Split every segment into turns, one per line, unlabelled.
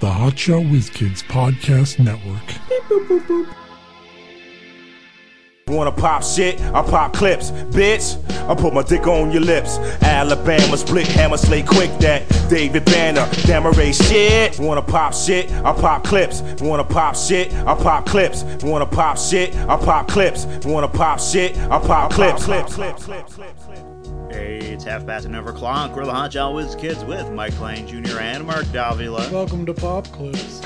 the Hotshot Whiz Kids Podcast Network.
Wanna pop shit? I pop clips, bitch. I put my dick on your lips. Alabama split hammer slay quick that David Banner, Damaray shit. Wanna pop shit? I pop clips. Wanna pop shit? I pop clips. Wanna pop shit? I pop clips. Wanna pop shit? I pop clips.
Hey, it's half past an over clock. We're the Hot Shot Whiz Kids with Mike Klein Jr. and Mark Davila.
Welcome to Pop Clips.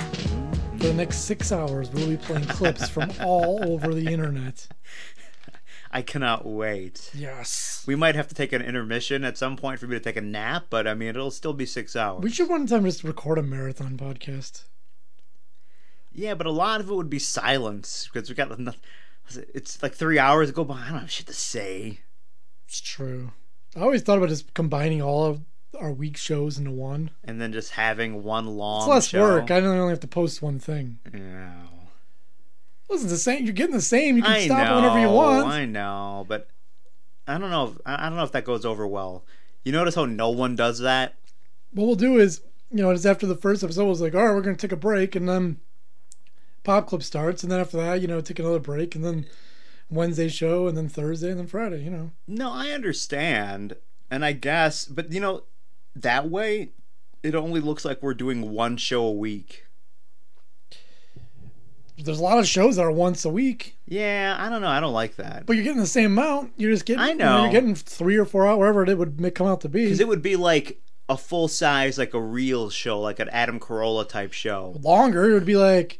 For the next six hours, we'll be playing clips from all over the internet.
I cannot wait.
Yes.
We might have to take an intermission at some point for me to take a nap, but I mean, it'll still be six hours.
We should one time just record a marathon podcast.
yeah, but a lot of it would be silence because we got nothing. It's like three hours go by. I don't have shit to say.
It's true. I always thought about just combining all of our week shows into one.
And then just having one long
It's less
show.
work. I don't only have to post one thing.
Yeah.
Listen, the same. You're getting the same. You can
I
stop
know,
whenever you want.
I know, but I don't know. If, I I don't know if that goes over well. You notice how no one does that?
what we'll do is, you know, it's after the first episode, I was like, all right, we're going to take a break. And then Pop Clip starts. And then after that, you know, take another break. And then Wednesday show. And then Thursday. And then Friday, you know.
No, I understand. And I guess, but you know, that way it only looks like we're doing one show a week.
There's a lot of shows that are once a week,
Yeah, I don't know. I don't like that.
but you're getting the same amount. You're just getting,
I
you know,
know.
you're getting three or four out, wherever it would ma- come out to be.
Because it would be like a full size, like a real show, like an Adam Carolla type show.
Longer, it would be like,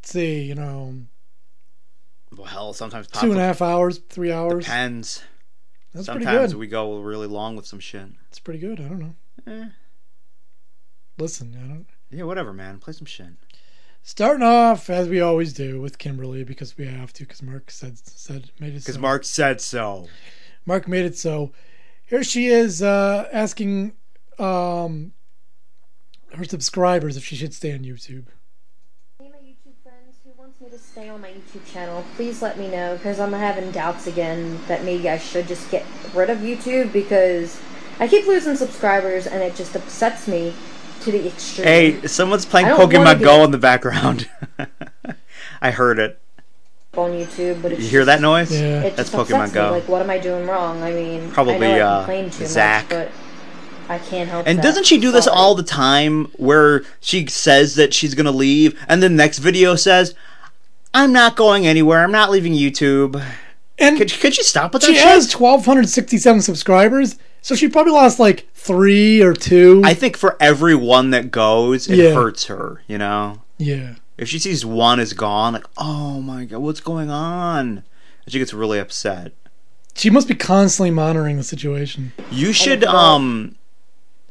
let's see, you know,
Well, hell, sometimes pop
two and a half hours, three hours.
depends.
That's pretty
Sometimes
good.
we go really long with some shit.
That's pretty good. I don't know.
Eh,
Listen, I don't.
yeah, whatever, man. Play some shit.
Starting off as we always do with Kimberly because we have to because Mark said said made it.
Because
so.
Mark said so.
Mark made it so. Here she is uh, asking um, her subscribers if she should stay on YouTube.
Hey, my YouTube friends, who wants me to stay on my YouTube channel? Please let me know because I'm having doubts again that maybe I should just get rid of YouTube because I keep losing subscribers and it just upsets me to the extreme.
Hey, someone's playing
I don't wanna
Pokemon
be-
Go in the background. I heard it.
on YouTube, but it's
You hear that noise?
Yeah.
It
That's
just upsets
Pokemon Go.
Me. Like, what am I doing wrong? I mean,
Probably,
I know I
uh,
complain too
Zach.
much, but I can't help.
And
that.
doesn't she do this
Sorry.
all the time where she says that she's going to leave and then next video says, I'm not going anywhere. I'm not leaving YouTube.
And
Could, could you stop with that
she
shit?
has 1267 subscribers so she probably lost like three or two
I think for every one that goes, it
Yeah.
hurts her, you know?
yeah
If she sees one is gone, like, oh my God, what's going on? And she gets really upset.
she must be constantly monitoring the situation
You should,
God.
um,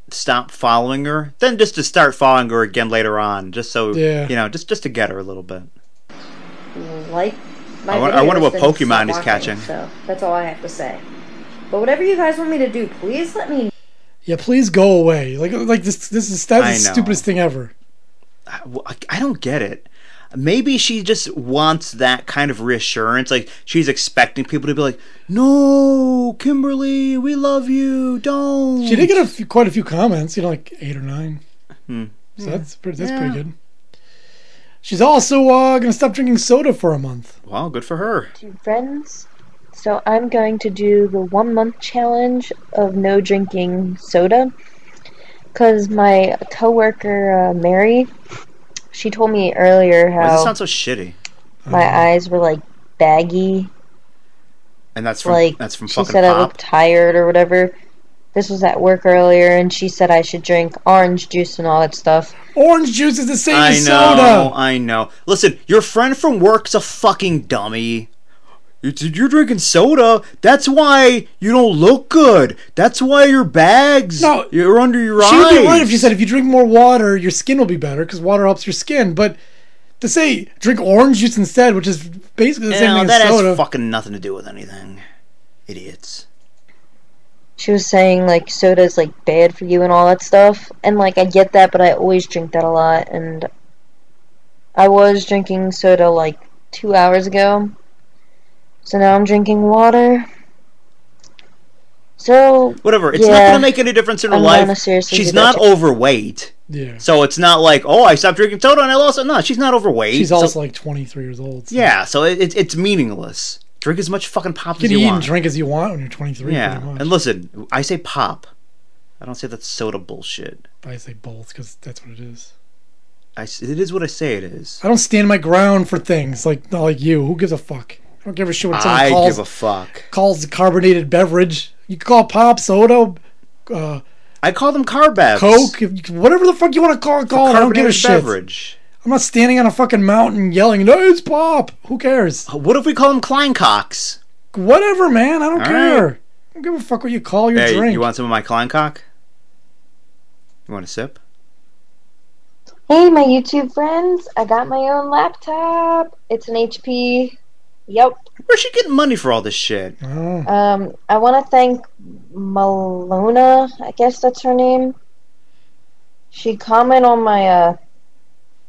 stop following her. Then just to start following her again later on, just so,
Yeah.
you know, just, just to get her a little bit.
like my
I won- I wonder
videos
what
and just
Pokemon
stop
he's
watching,
catching.
So that's all I have to say. But whatever you guys want me to do, please let me
yeah please go away like like this this is that's
I
the
know.
stupidest thing ever
Well, I, I don't get it. Maybe she just wants that kind of reassurance. Like she's expecting people to be like, "No, Kimberly, we love you. Don't."
she did get a few, quite a few comments you know like eight or nine
Hmm.
so that's pretty that's pretty
Yeah.
good she's also uh, gonna stop drinking soda for a month
Well, good for her.
to friends. So I'm going to do the one month challenge of no drinking soda. Because my coworker, uh, Mary, she told me earlier
Why does it
how
sound so shitty?
my eyes were like baggy.
And that's from
like,
that's from
she
fucking
said I
pop.
looked tired or whatever. This was at work earlier, and she said I should drink orange juice and all that stuff.
orange juice is the same
I
as
know.
soda
I know. Listen, your friend from work's a fucking dummy. You- You're drinking soda. That's why you don't look good. That's why your bags.
No,
you're under your
she
eyes.
would be right if she said if you drink more water your skin will be better because water helps your skin but to say drink orange juice instead which is basically the same
No,
thing
that
as soda
has fucking nothing to do with anything. Idiots.
She was saying like soda's like bad for you and all that stuff, and like I get that, but I always drink that a lot, and I was drinking soda like two hours ago, so now I'm drinking water. So
Whatever. It's not
Yeah.
going to make any difference in her
I'm
life.
gonna seriously
She's
do that
not
too.
overweight.
Yeah.
So it's not like, oh, I stopped drinking soda and I lost it. No, she's not overweight.
She's
So-
also like 23 years old. So
yeah, so it, it's it's meaningless. Drink as much fucking pop
You
as
can
you
eat
want.
and drink as you want when you're 23.
yeah,
Pretty much.
and listen, I say pop. I don't say that's soda bullshit.
I say both because that's what it is.
I s it is what I say it is.
I don't stand my ground for things like not like you. Who gives a fuck? I don't give a shit what someone
I
calls
give a fuck.
calls a carbonated beverage. You can call pop soda, uh,
I call them carb abs.
Coke, if- whatever the fuck you want to call it. Call it. I don't give a
Carbonated
shit.
beverage.
I'm not standing on a fucking mountain yelling, "No, it's pop." Who cares?
What if we call them Kleincocks?
Whatever, man. I don't
All
care. I don't give a fuck what you call your
Hey,
drink.
you want some of my Kleincock? You want a sip?
Hey, my YouTube friends, I got my own laptop. It's an HP. Yep.
Where's she getting money for all this shit?
oh,
Um, I want to thank Malona, I guess that's her name. She commented on my uh,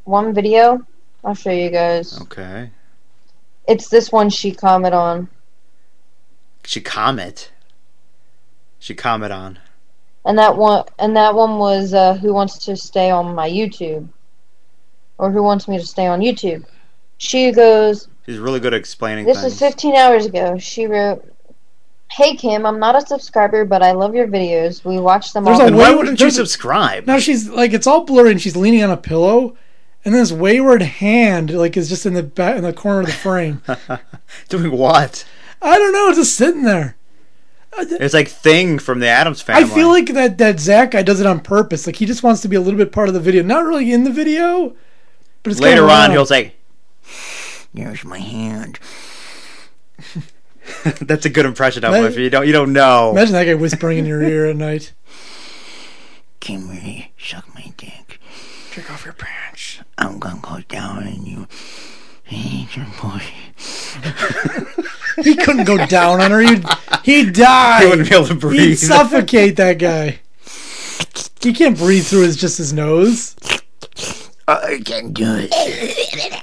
one video. I'll show you guys.
Okay.
It's this one she commented on.
She comment. She comment on.
And that one and that one was uh, who wants to stay on my YouTube or who wants me to stay on YouTube. She goes,
She's really good at explaining
This
things.
was 15 hours ago. She wrote, "Hey Kim, I'm not a subscriber, but I love your videos. We watch them
There's
all.
a
and why
Wait,
wouldn't you
there's a-
subscribe?
now she's like, it's all blurry, and she's leaning on a pillow, and this wayward hand like is just in the back in the corner of the frame.
Doing what?
I don't know, just sitting there.
It's like Thing from the Adams
I
Family.
feel like that that Zach guy does it on purpose. Like he just wants to be a little bit part of the video, not really in the video, but it's
later
kinda
on
loud.
he'll say, "There's my hand." That's a good impression of him. If you don't, you don't know.
imagine that guy whispering in your ear at night.
Kim, really suck my dick.
Take off your pants.
I'm gonna go down on you. Eat your pussy.
He couldn't go down on her. He'd he'd
I
die.
wouldn't be able to
He'd
breathe.
suffocate that guy. He can't breathe through his just his nose.
Oh, I can do it.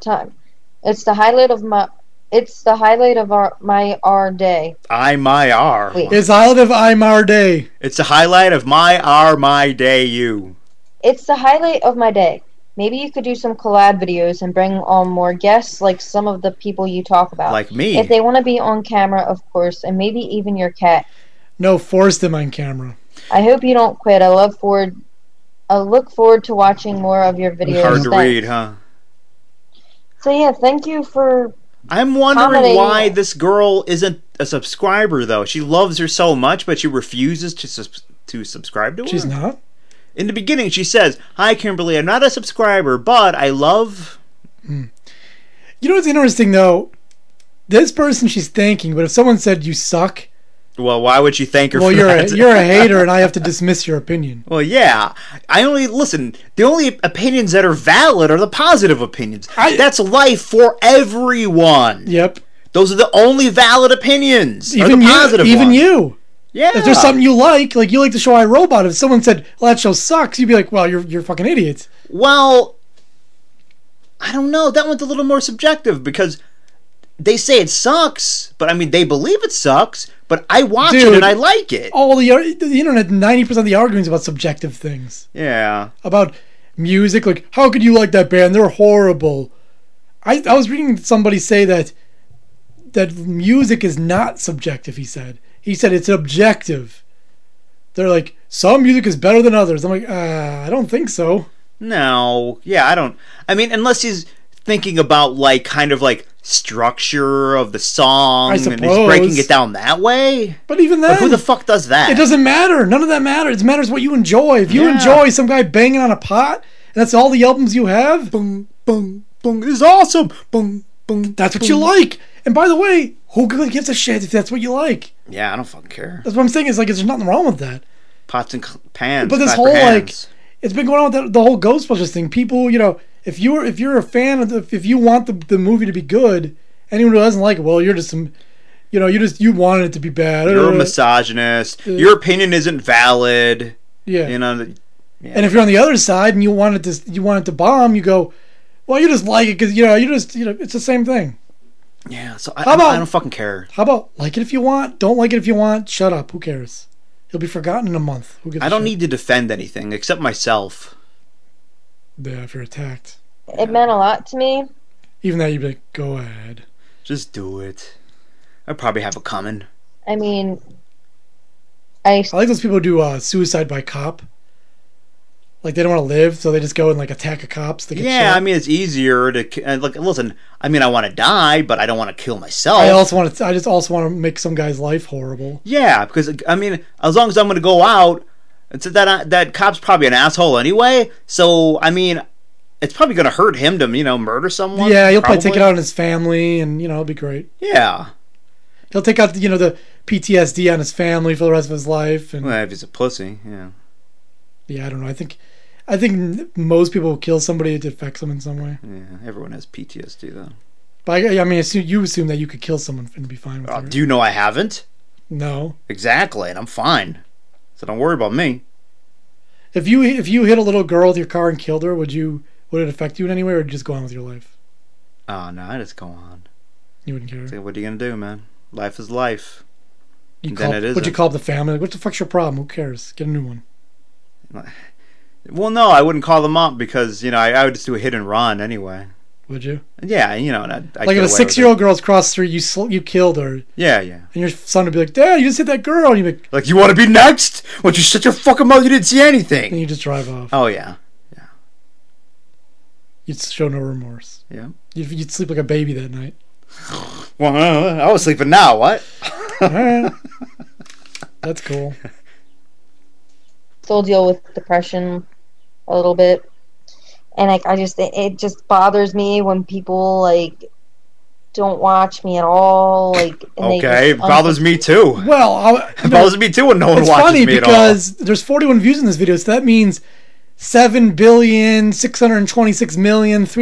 time. It's the highlight of my. It's the highlight of our my our day.
I my R.
Wait.
It's Island of Imar Day.
It's the highlight of my R my day you.
It's the highlight of my day. Maybe you could do some collab videos and bring on more guests, like some of the people you talk about.
Like me.
if they want to be on camera, of course, and maybe even your cat.
No, forced him on camera.
I hope you don't quit. I love forward. I look forward to watching more of your videos.
Hard to
Thanks.
read, huh?
So yeah, thank you for
I'm wondering
Comedy.
why this girl isn't a subscriber though. She loves her so much, but she refuses to subs to subscribe to her.
She's not.
In the beginning, she says, "Hi, Kimberly. I'm not a subscriber, but I love."
You know what's interesting though? This person she's thanking, but if someone said you suck,
Well, why would she thank her?
well
for
you're a,
that?
you're a hater, and I have to dismiss your opinion.
Well, yeah. I only listen. The only opinions that are valid are the positive opinions.
I-
That's life for everyone.
Yep,
Those are the only valid opinions. are
even
the
you,
positive
even
ones.
you.
Yeah.
If there's something you like, like you like the show I Robot, if someone said, "Well, that show sucks," you'd be like, "Well, you're you're fucking idiots."
Well, I don't know. That one's a little more subjective because they say it sucks, but I mean they believe it sucks. But I watch it
Dude.
and I like it.
All the ar- the internet, ninety percent of the arguments about subjective things,
Yeah.
about music, like how could you like that band? They're horrible. I I was reading somebody say that that music is not subjective. He said he said it's objective. They're like some music is better than others. I'm like, uh, I don't think so.
No. Yeah. I don't. I mean, unless he's thinking about like kind of like structure of the song
I
and he's breaking
suppose.
it down that way.
But even then,
But who the fuck does that?
It doesn't matter. None of that matters. It matters what you enjoy. If you
Yeah.
enjoy some guy banging on a pot, and that's all the albums you have,
Boom, boom, boom. It's awesome. Boom, boom.
that's what you like. And by the way, who really gives a shit if that's what you like?
Yeah. I don't fucking care.
That's what I'm saying. Is like, there's nothing wrong with that.
Pots and cl- pans.
But this
clap
whole
your
like,
hands.
it's been going on with the, the whole Ghostbusters thing. People, you know, if you're if you're a fan of the, if you want the, the movie to be good, anyone who doesn't like it, well, you're just some, you know, you just you wanted it to be bad. Uh,
You're a misogynist. Your opinion isn't valid.
yeah.
You know, th-
And if you're on the other side and you want it to you want it to bomb, you go, well, you just like it because you know you just you know it's the same thing.
yeah. So I,
How about-
I don't fucking care.
How about like it if you want, don't like it if you want, shut up, who cares? You'll be forgotten in a month. Who gives
I
a
don't
shit?
need to defend anything except myself.
Yeah, if you're attacked.
It meant a lot to me.
Even that, you'd be like, go ahead.
Just do it. I probably have it coming.
I mean, I
I like those people who do uh, suicide by cop. Like they don't want to live, so they just go and like attack a cop. So they get
Yeah,
shot.
I mean it's easier to ki- uh, look. Listen, I mean I want to die, but I don't want to kill myself.
I also want to. I just also want to make some guy's life horrible.
yeah, because I mean as long as I'm going to go out, it's that uh, that cop's probably an asshole anyway. So I mean, it's probably going to hurt him to you know murder someone.
yeah, he'll probably take it out on his family, and you know it'll be great.
Yeah,
He'll take out you know the PTSD on his family for the rest of his life. And
well, if he's a pussy, yeah.
yeah, I don't know. I think, I think n- most people who kill somebody it affects them in some way.
Yeah, everyone has PTSD though.
But I, I mean, assume, you assume that you could kill someone and be fine with
Uh,
it.
do you know I haven't?
no,
Exactly, and I'm fine. So don't worry about me.
if you if you hit a little girl with your car and killed her, would you would it affect you in any way, or would you just go on with your life?
Oh no, I just go on.
You wouldn't care.
Say, what are you gonna do, man? Life is life.
You
Then
call,
it
Would you
isn't.
call up the family? Like, what the fuck's your problem? Who cares? Get a new one.
Well, no, I wouldn't call them up because you know I, I would just do a hit and run anyway.
Would you?
Yeah, you know, and I'd, I'd
like
get away
if a
with
six-year-old girl's crossed the street, you sl- you killed her, and
it. Yeah, yeah.
your son would be like, "Dad, you just hit that girl," and you like,
Like you want to be next? What you shut your fucking mouth? You didn't see
and
anything.
you just drive off.
Oh yeah,
You'd show no remorse.
yeah.
You'd, you'd sleep like a baby that night.
Well, uh, I was sleeping now. What?
All right. That's cool.
still deal with depression a little bit and like i just it, it just bothers me when people like don't watch me at all like and they
Okay, it
just-
bothers me too.
Well, I,
It bothers me too when no one
Oh. it's
watches
funny
me at
because there's 41 views in this video, so that means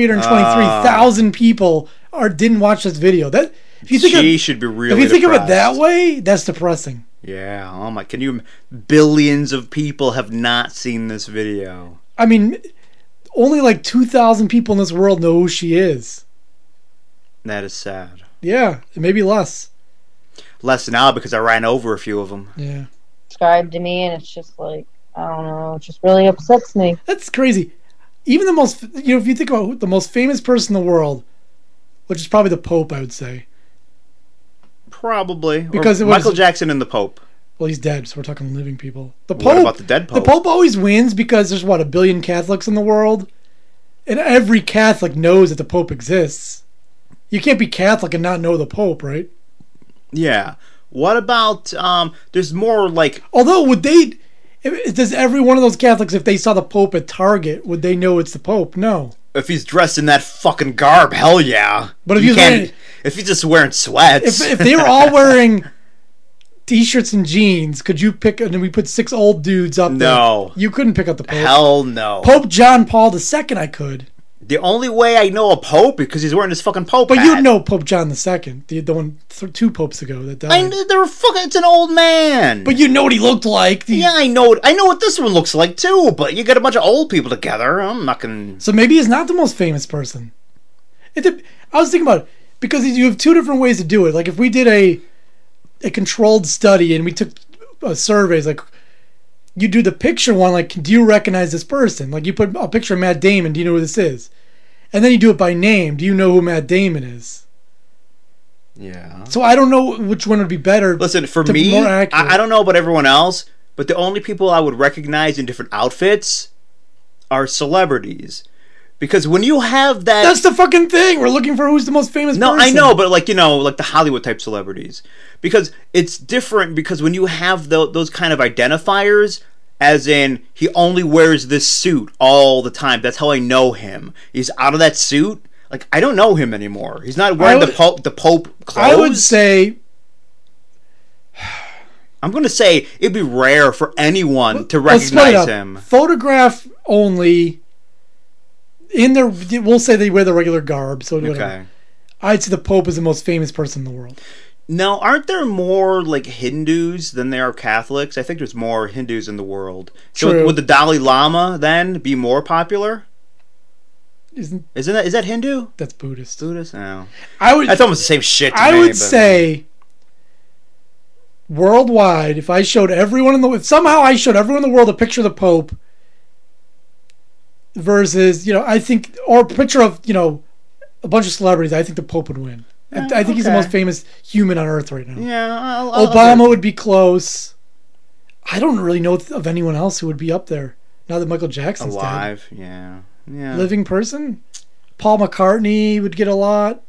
7,626,323,000 people are didn't watch this video. That if you
all.
think
Ah. She
of,
should be really.
if you think of it that
depressed.
way, that's depressing.
Yeah. Oh my. Can you? Billions of people have not seen this video.
I mean, only like 2,000 people in this world know who she is.
That is sad.
Yeah, maybe less.
Less now because I ran over a few of them.
Yeah.
subscribe to me and it's just like i don't know it just really upsets me
That's crazy. Even the most, you know, if you think about who- the most famous person in the world, which is probably the Pope, I would say.
Probably Or
Because it was-
Michael Jackson and the Pope.
Well, he's dead, so we're talking living people. The Pope,
What about the dead
the
Pope?
Pope always wins because there's what a billion Catholics in the world, and every Catholic knows that the Pope exists. You can't be Catholic and not know the Pope, right?
Yeah. What about um? There's more like
Although, would they? if- Does every one of those Catholics, if they saw the Pope at Target, would they know it's the Pope? No.
if he's dressed in that fucking garb. Hell yeah.
But if
you
he's
can't,
wearing-
if he's just wearing sweats,
If if they were all wearing t-shirts and jeans, could you pick? And then we put six old dudes up.
No.
there. you couldn't pick up the Pope.
hell no.
Pope John Paul II, I could.
The only way I know a Pope because he's wearing his fucking Pope.
But
hat.
you know Pope John II, the, the one th- two popes ago that died.
I kn- they're fucking. It's an old man.
But you know what he looked like. The-
yeah, I know. I know what this one looks like too. But you got a bunch of old people together. I'm not gonna.
So maybe he's not the most famous person. It dep- I was thinking about it because you have two different ways to do it. Like if we did a a controlled study and we took uh, surveys, like you do the picture one, like do you recognize this person? Like you put a picture of Matt Damon, do you know who this is? And then you do it by name. Do you know who Matt Damon is?
Yeah.
So I don't know which one would be better.
Listen, for
to be
me,
more
I,
accurate.
I don't know about everyone else, but the only people I would recognize in different outfits are celebrities. Because when you have that.
That's the fucking thing. We're looking for who's the most famous.
no, I
person.
know, but like, you know, like the Hollywood type celebrities. Because it's different because when you have tho- those kind of identifiers, as in, he only wears this suit all the time. That's how I know him. He's out of that suit. Like, I don't know him anymore. He's not wearing the
would-
Pope, the Pope clothes.
I would say
I'm gonna say it'd be rare for anyone to
Well, split it
recognize
up.
him.
Photograph only. In their, we'll say they wear the regular garb. So whatever.
Okay.
I'd say the Pope is the most famous person in the world.
Now, aren't there more like Hindus than there are Catholics? I think there's more Hindus in the world. So
True.
would the Dalai Lama then be more popular?
Isn't
Isn't that is that Hindu?
that's Buddhist?
Buddhist? No.
I would.
That's almost the same shit. To
I
me,
would
but-
say worldwide, if I showed everyone in the if somehow I showed everyone in the world a picture of the Pope versus you know I think or a picture of you know a bunch of celebrities, I think the Pope would win. I, I think he's the
okay.
most famous human on Earth right now.
Yeah, I'll, I'll-
Obama would be close. I don't really know of anyone else who would be up there now that Michael Jackson's dead.
alive. Yeah, yeah.
Living person, Paul McCartney would get a lot,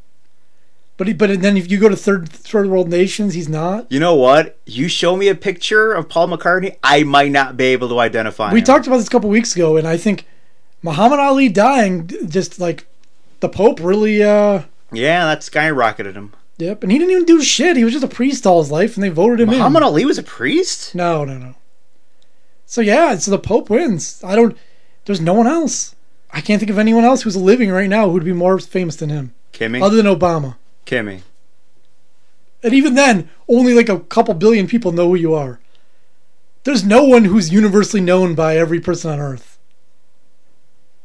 but he, but then if you go to third third world nations, he's not.
You know what? You show me a picture of Paul McCartney, I might not be able to identify.
We
him.
talked about this a couple weeks ago, and I think Muhammad Ali dying d- just like the Pope really. uh
Yeah, that skyrocketed him.
Yep, and he didn't even do shit. He was just a priest all his life, and they voted him
Muhammad
in.
Ali was a priest.
No, no, no. So yeah, so the Pope wins. I don't. There's no one else. I can't think of anyone else who's living right now who'd be more famous than him,
Kimmy,
other than Obama.
Kimmy.
And even then, only like a couple billion people know who you are. There's no one who's universally known by every person on Earth.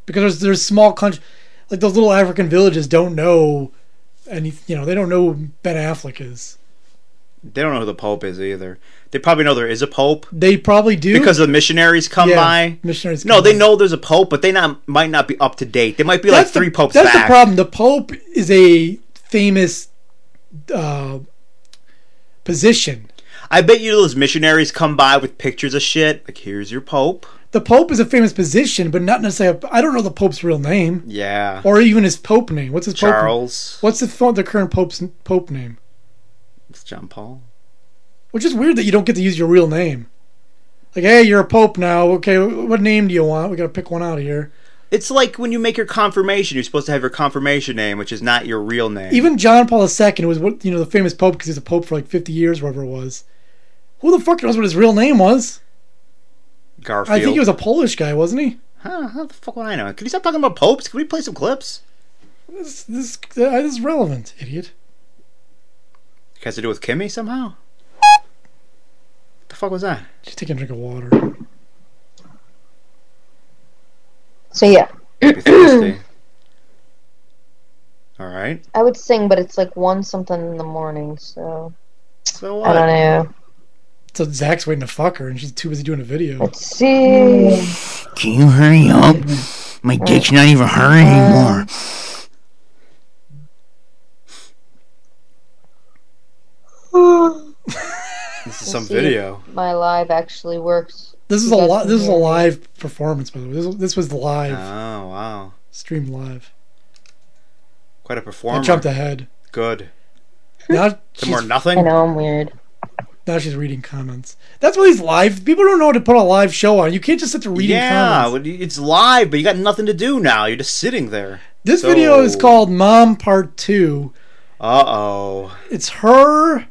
Because there's there's small country, like those little African villages don't know any you know they don't know who Ben Affleck is.
They don't know who the Pope is either. They probably know there is a Pope
They probably do
because the missionaries come
yeah,
by.
missionaries.
No,
come
they
by.
know there's a Pope, but they not might not be up to date. They might be like
the-
three popes
That's
back.
the problem. The Pope is a famous uh, position.
I bet you those missionaries come by with pictures of shit. Like, here's your Pope.
The Pope is a famous position, but not necessarily. I I don't know the Pope's real name.
Yeah,
or even his pope name. What's his pope?
Charles.
What's the fo- the current pope's pope name?
It's John Paul.
Which is weird that you don't get to use your real name. Like, hey, you're a pope now. Okay, wh- what name do you want? We got to pick one out of here.
It's like when you make your confirmation, you're supposed to have your confirmation name, which is not your real name.
Even John Paul II was what you know the famous pope because he's a pope for like 50 years, wherever it was. Who the fuck knows what his real name was?
Garfield.
I think he was a Polish guy, wasn't he?
Huh, how the fuck would I know? Can you stop talking about popes? Can we play some clips?
This this, uh, this is relevant, idiot.
It has to do with Kimmy somehow. the fuck was that?
Just take a drink of water.
So yeah,
Be thirsty. All right.
I would sing, but it's like one something in the morning, so
So
I don't
what?
know.
So Zach's waiting to fuck her, and she's too busy doing a video.
Let's see.
Can you hurry up? My dick's not even hurting anymore. This is some
see.
video.
My live actually works.
This is a
You guys
li-
can
This is a
hear me.
live performance, by the way. This, this was live,
Oh wow,
streamed live.
quite a
I
performer.
jumped ahead.
Good.
Now
Some more
she's,
nothing.
I know I'm weird.
now she's reading comments. That's why these live people don't know how to put a live show on. You can't just sit there reading
yeah,
comments.
well, you- it's live, but you got nothing to do now. You're just sitting there.
This video is
so-
called Mom Part Two.
Uh oh.
It's her,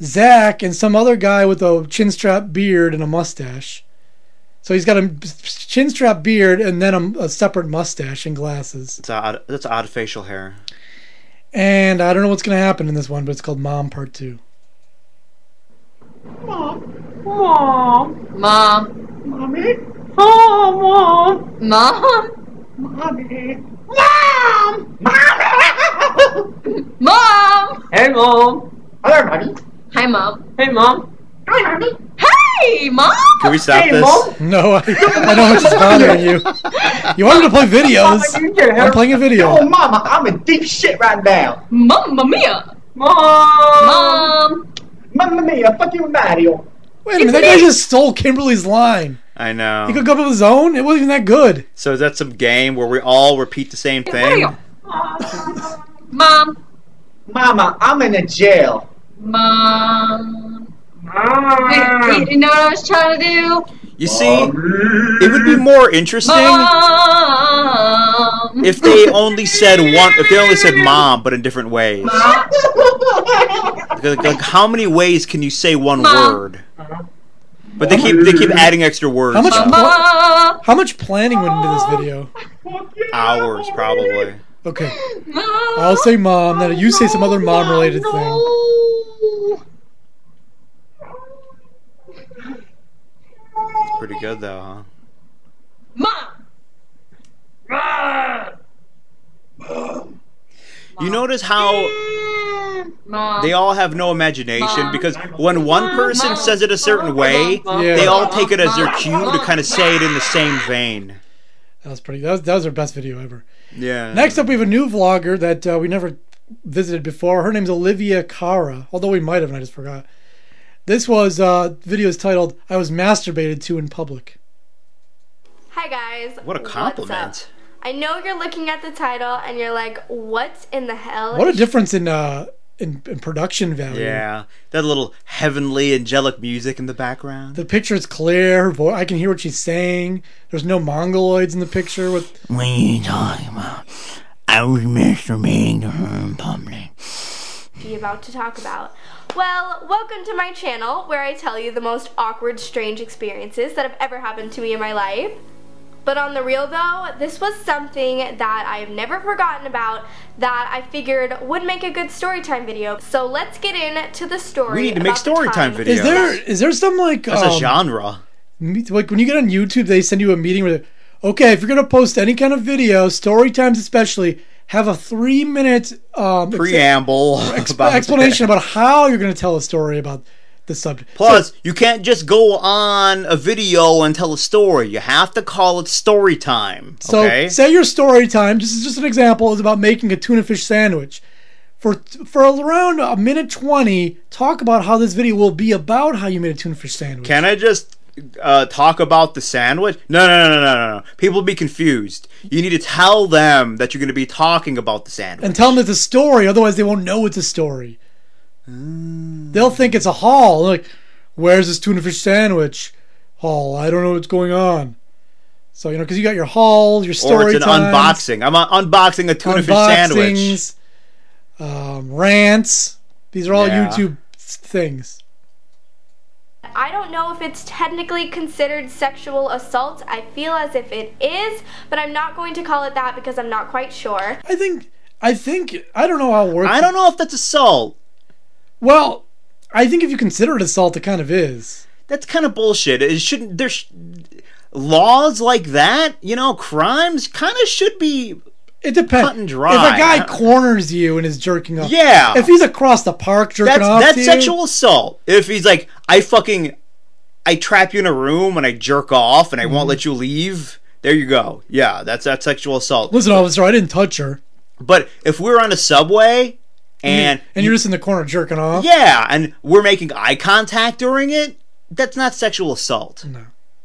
Zach, and some other guy with a chin strap beard and a mustache. So he's got a chin strap beard and then a, a separate mustache and glasses.
That's odd. That's odd facial hair.
And I don't know what's gonna happen in this one, but it's called Mom Part Two.
Mom. Mommy? Oh, mom. Mom. Mommy. Mom. Mom.
Hey, Mom. Hello, Mommy.
Hi, mom.
Hey, Mom. Hi, Mommy.
Hey, mom.
Can we stop
Hey,
this?
Mom.
No, I, I know it's just bothering you. You wanted to play videos.
you get her.
I'm playing a video.
Oh, Mama, I'm in deep shit right now.
Mamma mia.
Mom.
Mom.
Mamma mia, fucking Mario.
Wait a minute, that guy just stole Kimberly's line.
I
He
know.
could go up with his own. It wasn't even that good.
So is that some game where we all repeat the same thing?
Mom.
Mama, I'm in a jail.
Mom. Wait,
Mom.
wait, you know what I was trying to do?
You see, it would be more interesting
Mom.
if they only said one. If they only said "mom," but in different ways. Like, like, how many ways can you say one
Mom.
word? But they keep they keep adding extra words.
How much
though.
Mom.
How much planning went into this video?
hours probably?
Okay, I'll say mom. Now you say some other mom-related thing.
thing.
Pretty good though, huh?
Mom.
You notice how
Mom.
They all have no imagination because when one person says it a certain way,
Yeah.
they all take it as their cue to kind of say it in the same vein.
That was pretty. That was, that was our best video ever.
Yeah.
Next up, we have a new vlogger that uh, we never visited before. Her name's Olivia Cara, although we might have, and I just forgot. This was uh, video is titled "I was masturbated to in public."
Hi guys.
What a
What's
compliment.
up? I know you're looking at the title and you're like, "What in the hell?"
What a
is
difference in uh, in, in production value.
Yeah. That little heavenly angelic music in the background.
The picture is clear. Her voice, I can hear what she's saying. There's no mongoloids in the picture. With
What are you talking about? I was masturbating to her in public.
she about to talk about? Well, welcome to my channel where I tell you the most awkward, strange experiences that have ever happened to me in my life. But on the real though, this was something that I've never forgotten about that I figured would make a good story time video. So let's get into the story.
We need to make
about the
story time
time
videos.
is there is there some like
That's a
um,
genre.
me- like when you get on YouTube, they send you a meeting where, okay, if you're gonna post any kind of video, story times especially, have a three minute um, ex-
Preamble. about
explanation about how you're gonna tell a story about the subject.
Plus, you can't just go on a video and tell a story. You have to call it story time.
So
okay?
say your story time. This is just an example. Is about making a tuna fish sandwich. For for around a minute twenty, talk about how this video will be about how you made a tuna fish sandwich.
Can I just uh, talk about the sandwich? No, no, no, no, no, no. People be confused. You need to tell them that you're going to be talking about the sandwich.
and tell them it's a story. Otherwise, they won't know it's a story. They'll think it's a haul. Like, where's this tuna fish sandwich haul? I don't know what's going on. So you know, because you got your haul, your
or
story
it's an
times,
unboxing. I'm uh, unboxing a tuna fish sandwich.
unboxings, um, rants. These are all
Yeah.
YouTube s- things.
I don't know if it's technically considered sexual assault. I feel as if it is, but I'm not going to call it that because I'm not quite sure.
I think. I think. I don't know how it works.
I don't know if that's assault.
Well, I think if you consider it assault, it kind of is.
That's kind of bullshit. It shouldn't. There's laws like that. You know, crimes kind of should be.
It depends.
Cut and dry.
If a guy corners you and is jerking off,
Yeah.
If he's across the park jerking
That's
off, to
that's
you,
sexual assault. If he's like, I fucking, I trap you in a room and I jerk off and I
Mm-hmm.
won't let you leave. There you go. Yeah, that's that's sexual assault.
Listen, officer, I didn't touch her,
But if we're on a subway and
and you're just in the corner jerking off.
yeah, and we're making eye contact during it, that's not sexual assault.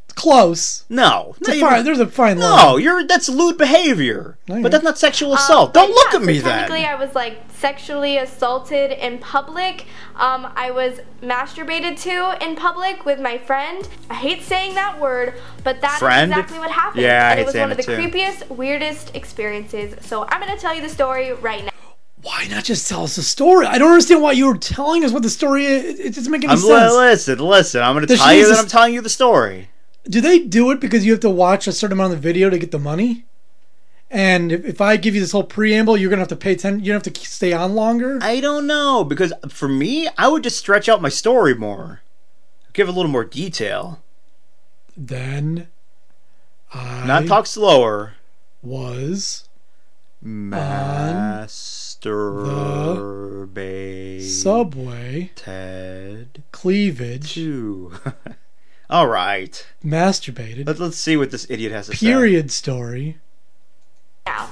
It's close.
No,
It's a
Not
fine-
even-
there's a fine
no,
line.
you're that's lewd behavior.
No, you're
But that's not sexual
Um,
assault.
but
Don't look
yeah,
at me
so Technically,
then.
I was like sexually assaulted in public. Um, I was masturbated to in public with my friend. I hate saying that word, but that's
Friend?
exactly what happened.
Yeah, I
and
hate
it was
saying
one of
it
the
too.
creepiest, weirdest experiences. So I'm gonna tell you the story right now.
Why not just tell us the story? I don't understand why you were telling us what the story is. It doesn't make any
I'm li-
sense.
listen, listen. I'm going to
Does
tell
she
you
use
that
this-
I'm telling you the story.
do they do it because you have to watch a certain amount of the video to get the money? And if, if I give you this whole preamble, you're gonna have to pay ten. You're gonna have to k- stay on longer.
I don't know because for me, I would just stretch out my story more, give a little more detail,
then I
not talk slower.
was
Masturbate.
subway
Ted.
cleavage
Two. All right.
masturbated
Let's let's see what this idiot has to
period story.
now.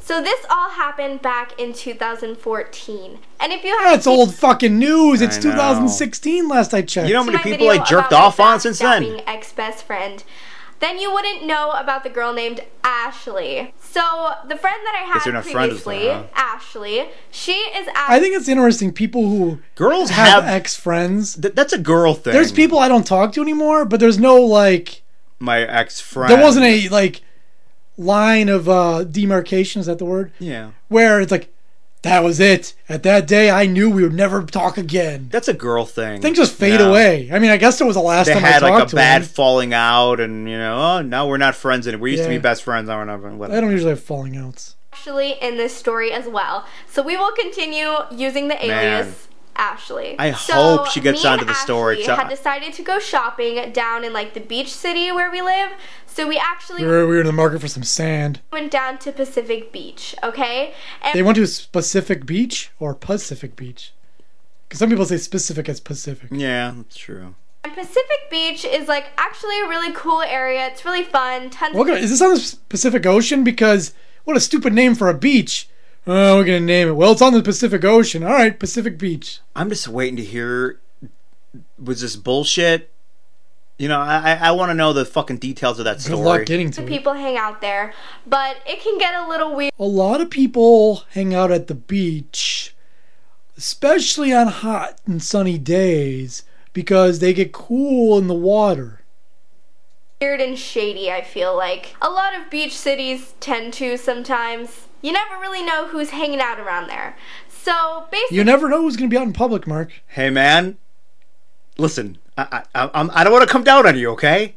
So this all happened back in 2014. And if you have
That's Ah, old fucking news. It's
know.
2016 last I
say.
checked.
You know how
to
many
my
people I
video
jerked
about my
off on since then?
backstabbing Ex-best friend. Then you wouldn't know about the girl named Ashley. So the friend that I had
Guess you're not friends with her,
previously,
huh?
Ashley, she is
I
actually
think it's interesting people who
Girls
have,
have.
ex friends.
th- that's a girl thing.
There's people I don't talk to anymore, but there's no like
My ex friend.
there wasn't a like line of uh demarcation, is that the word?
Yeah.
Where it's like that was it. At that day I knew we would never talk again.
That's a girl thing.
Things just fade
Yeah.
away. I mean, I guess it was the last
They
time
had
I talked
like a
to
bad
him.
falling out, and you know, oh, now we're not friends anymore. We used to
Yeah. Uh.
be best friends. Now we're not. Whatever.
I don't usually have falling outs.
in this story as well. So we will continue using the alias. Ashley.
I
So
hope she gets
me and
onto the story,
Ashley
so-
had decided to go shopping down in like the beach city where we live. So we actually
We were, we were in the market for some sand.
went down to Pacific Beach, okay? And
They went to a specific beach or Pacific Beach. Because some people say specific as Pacific.
Yeah, that's true.
And Pacific Beach is like actually a really cool area. It's really fun. Tons
What,
of
is this on the Pacific Ocean? Because what a stupid name for a beach. Oh, we're gonna name it. Well, it's on the Pacific Ocean. All right, Pacific Beach.
I'm just waiting to hear. Was this bullshit? You know, I I want to know the fucking details of that
Good
story.
luck getting to it.
people hang out there, but it can get a little weird.
A lot of people hang out at the beach, especially on hot and sunny days, because they get cool in the water.
weird and shady, I feel like. A lot of beach cities tend to sometimes. You never really know who's hanging out around there. So basically,
You never know who's gonna be out in public, Mark.
hey man, listen, I I I'm, I don't want to come down on you, okay?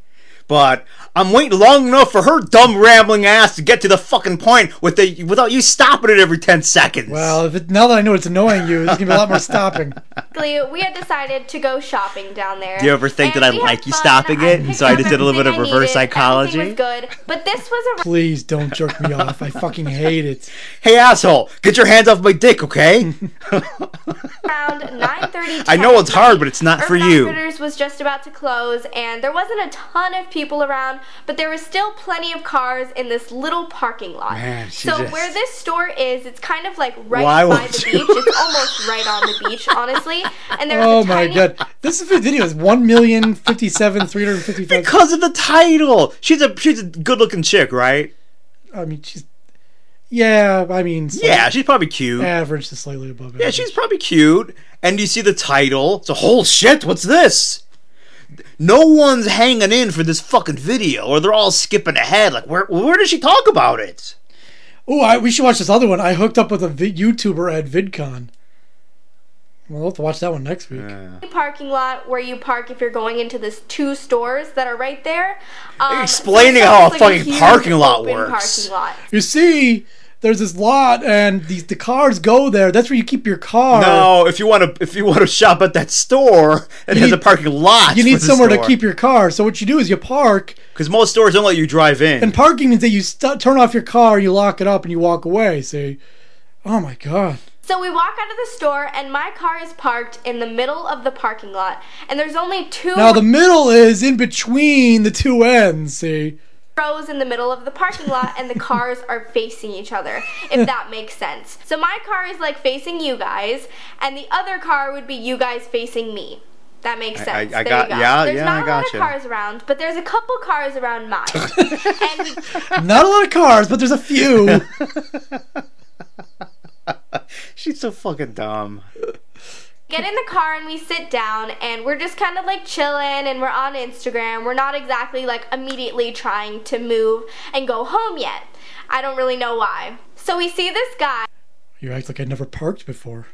But I'm waiting long enough for her dumb rambling ass to get to the fucking point with the without you stopping it every ten seconds.
Well, if it, now that I know it's annoying you, there's gonna be a lot more stopping.
we had decided to go shopping down there.
Do you ever think
And
that I
we had
like you
fun.
stopping it? And so I
picked
just
up
did a little bit of
everything I
reverse
needed.
psychology?
Everything was good, but this was a
Please don't jerk me off. I fucking hate it.
hey asshole, get your hands off my dick, okay?
around 9:30.
I know it's hard, but it's not for
Urban
you.
Outfitters was just about to close, and there wasn't a ton of people around, but there was still plenty of cars in this little parking lot.
Man, she
so
just-
where this store is, it's kind of like right
Why
by
won't
the
you?
beach. It's almost right on the beach, honestly. And there was
Oh
a
my
tiny
god, this video is one million fifty-seven three hundred fifty-five.
Because of the title. She's a she's a good looking chick, right?
I mean, she's yeah. I mean, slight-
Yeah, she's probably cute.
average to slightly above.
Yeah, she's probably cute. And you see the title. It's a whole shit, what's this? No one's hanging in for this fucking video, or they're all skipping ahead. Like, where where does she talk about it?
Oh, I, we should watch this other one. I hooked up with a vi- YouTuber at VidCon. We'll have to watch that one next week.
parking lot where you park if you're going into this two stores that are right there. Um, so
Explaining
it's
how a
like
fucking
huge
parking lot
open
works.
Parking lot.
You see, there's this lot, and the the cars go there. That's where you keep your car.
No, if you want to, if you want to shop at that store that has a
need-
parking lot,
you need somewhere to keep your car. So what you do is you park,
Because most stores don't let you drive in.
and parking means that you st- turn off your car, you lock it up, and you walk away. See, oh my god.
So we walk out of the store, and my car is parked in the middle of the parking lot. And there's only two
Now the middle is in between the two ends. See,
rows in the middle of the parking lot, and the cars are facing each other, if that makes sense. So my car is like facing you guys, and the other car would be you guys facing me. That makes
I-
sense. There
I got-
you go.
yeah,
There's
yeah,
not a
I
lot
gotcha.
of cars around, but there's a couple cars around mine. and we
not a lot of cars, but there's a few.
She's so fucking dumb.
get in the car and we sit down and we're just kind of like chilling and we're on Instagram. We're not exactly like immediately trying to move and go home yet. I don't really know why. So we see this guy
you act like I'd never parked before.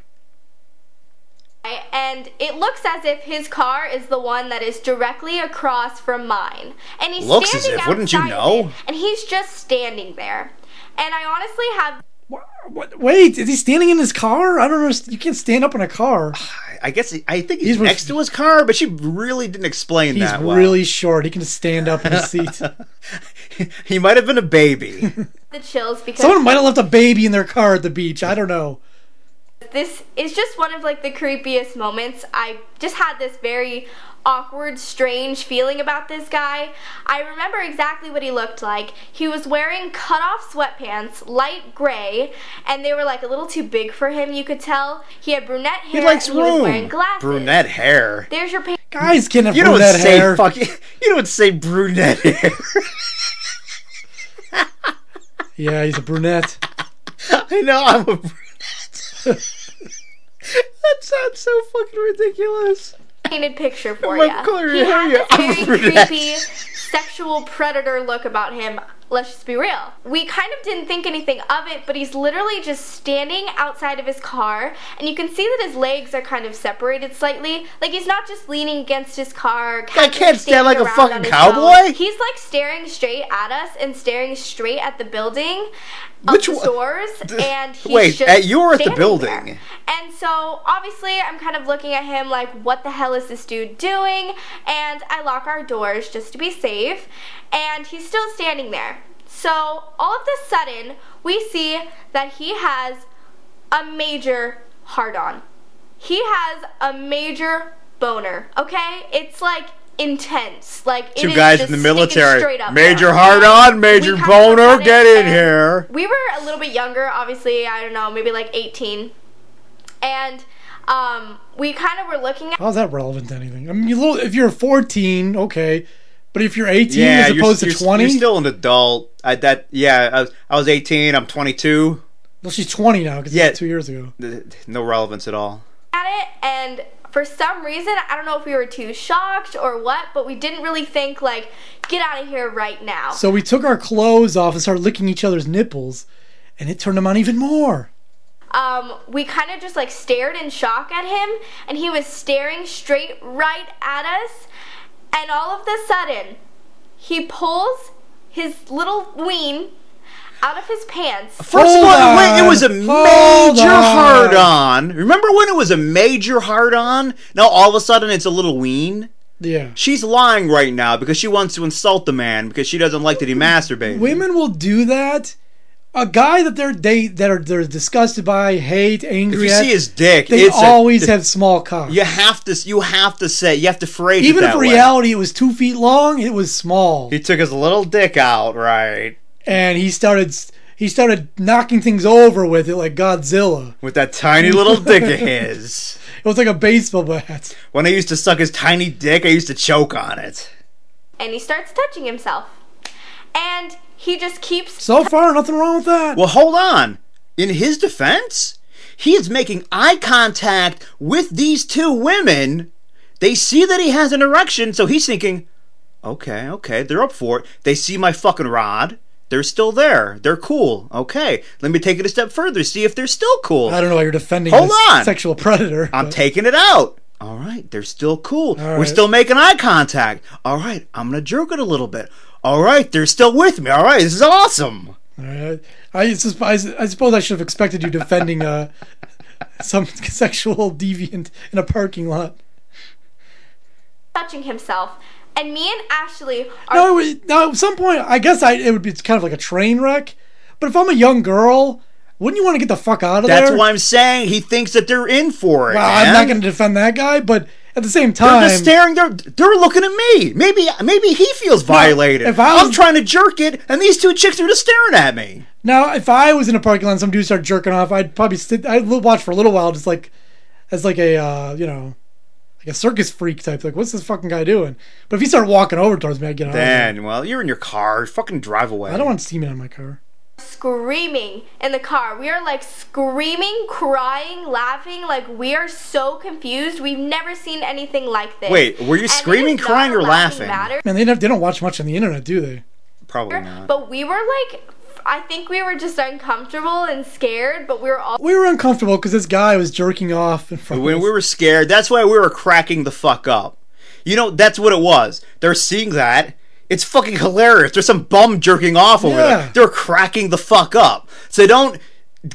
and it looks as if his car is the one that is directly across from mine. And he's
Looks as
standing
if, wouldn't you
outside of
know?
it, and he's just standing there. And I honestly have
What, what, wait, is he standing in his car? I don't understand. You can't stand up in a car.
I- I guess I think he's,
He's ref-
next to his car, but she really didn't explain
He's
that. well.
really short. He can stand up in his seat.
he might have been a baby.
the chills because
Someone might have left a baby in their car at the beach. I don't know.
this is just one of like the creepiest moments. I just had this very awkward, strange feeling about this guy. I remember exactly what he looked like. He was wearing cut-off sweatpants, light gray, and they were like a little too big for him, you could tell. He had brunette hair
He likes
and he was wearing
room.
glasses.
Brunette hair.
There's your picture
Guys can have
You don't
brunette
say
hair.
fucking. You don't say brunette hair.
Yeah, he's a brunette.
I know I'm a brunette. that sounds so fucking ridiculous.
painted picture for
What
you.
color
He
hair
had
you-
this
I'm
very
brunette.
creepy sexual predator look about him. Let's just be real. We kind of didn't think anything of it, but he's literally just standing outside of his car, and you can see that his legs are kind of separated slightly. Like he's not just leaning against his car. casually
can't stand
standing
like a
around on
fucking
his own.
cowboy.
He's like staring straight at us and staring straight at the building, up
Which
the
one-
stores, and he's
Wait,
just
at you or at the
standing
building?
there. And so obviously I'm kind of looking at him like, what the hell is this dude doing? And I lock our doors just to be safe. And he's still standing there. So all of a sudden we see that he has a major hard on. he has a major boner. Okay, it's like intense. Like it
Two
is
guys
just
in the
sticking
military.
Straight up
Major
there.
hard on, major
We kind of looked
boner,
at
get
it
in
and
here.
We were a little bit younger, obviously. I don't know, maybe like 18, and um, we kind of were looking at.
How's that relevant to anything? I mean, you little, if you're 14, okay, but if you're 18
Yeah,
as
you're,
opposed
you're,
to 20,
you're still an adult. I that yeah, I was, I was 18, I'm 22.
well, she's 20 now because
Yeah.
it's two years ago.
No relevance at all.
at it and for some reason i don't know if we were too shocked or what but we didn't really think like get out of here right now
So we took our clothes off and started licking each other's nipples, and it turned them on even more.
um, we kind of just like stared in shock at him and he was staring straight right at us and all of the sudden he pulls his little ween out of his pants
First of
Hold
all, wait, it
on.
was a
Hold
major
on.
hard on. Remember when it was a major hard on? Now all of a sudden it's a little ween.
Yeah.
She's lying right now because she wants to insult the man because she doesn't like that he masturbates.
Women will do that. A guy that they're they that are they're disgusted by, hate,
if
angry
you
at,
see his dick,
they
it's a-
always have small cock.
you have to you have to say you have to phrase it
Even if
that way.
reality it was two feet long, it was small.
He took his little dick out, right,
and he started he started knocking things over with it like Godzilla.
with that tiny little dick of his.
It was like a baseball bat.
When I used to suck his tiny dick, I used to choke on it.
and he starts touching himself and he just keeps
So far, nothing wrong with that.
Well, hold on. In his defense, he is making eye contact with these two women. They see that he has an erection, so he's thinking, okay, okay, they're up for it. They see my fucking rod. They're still there. They're cool. Okay, let me take it a step further, see if they're still cool.
I don't know why you're defending
Hold
this
on.
sexual predator.
I'm
but-
taking it out. All right, they're still cool.
All
We're
right.
still making eye contact. All right, I'm gonna jerk it a little bit. All right, they're still with me. All right, this is awesome.
All right. uh, I, sus- I, s- I suppose I should have expected you defending uh, some sexual deviant in a parking lot.
touching himself and me and ashley are
No, it was- now at some point, I guess I it would be it's kind of like a train wreck. But if I'm a young girl, wouldn't you want to get the fuck out of
That's
there?
why I'm saying he thinks that they're in for it.
Well,
man.
I'm not going to defend that guy, but at the same
They're
time,
just staring. They're they're looking at me. Maybe maybe he feels violated.
if I was-
I'm trying to jerk it, and these two chicks are just staring at me.
Now, if I was in a parking lot and some dude started jerking off, I'd probably sit. I'd li- watch for a little while, just like as like a uh, you know, like a circus freak type. Like, what's this fucking guy doing? But if he started walking over towards me, I'd get out. of there.
Then, well, you're in your car. Fucking drive away.
Oh, I don't want semen on my car.
screaming in the car. We are like screaming, crying, laughing. Like we are so confused. We've never seen anything like this.
Wait, were you
And it
screaming,
does
crying,
not
or laughing?
matter,
Man, they don't, they don't watch much on the internet, do they?
Probably not.
But we were like, I think we were just uncomfortable and scared. But we were all
We were uncomfortable because this guy was jerking off in front
When
of us.
we were scared, that's why we were cracking the fuck up. You know, that's what it was. They're seeing that. It's fucking hilarious. There's some bum jerking off over
Yeah.
there. They're cracking the fuck up. So don't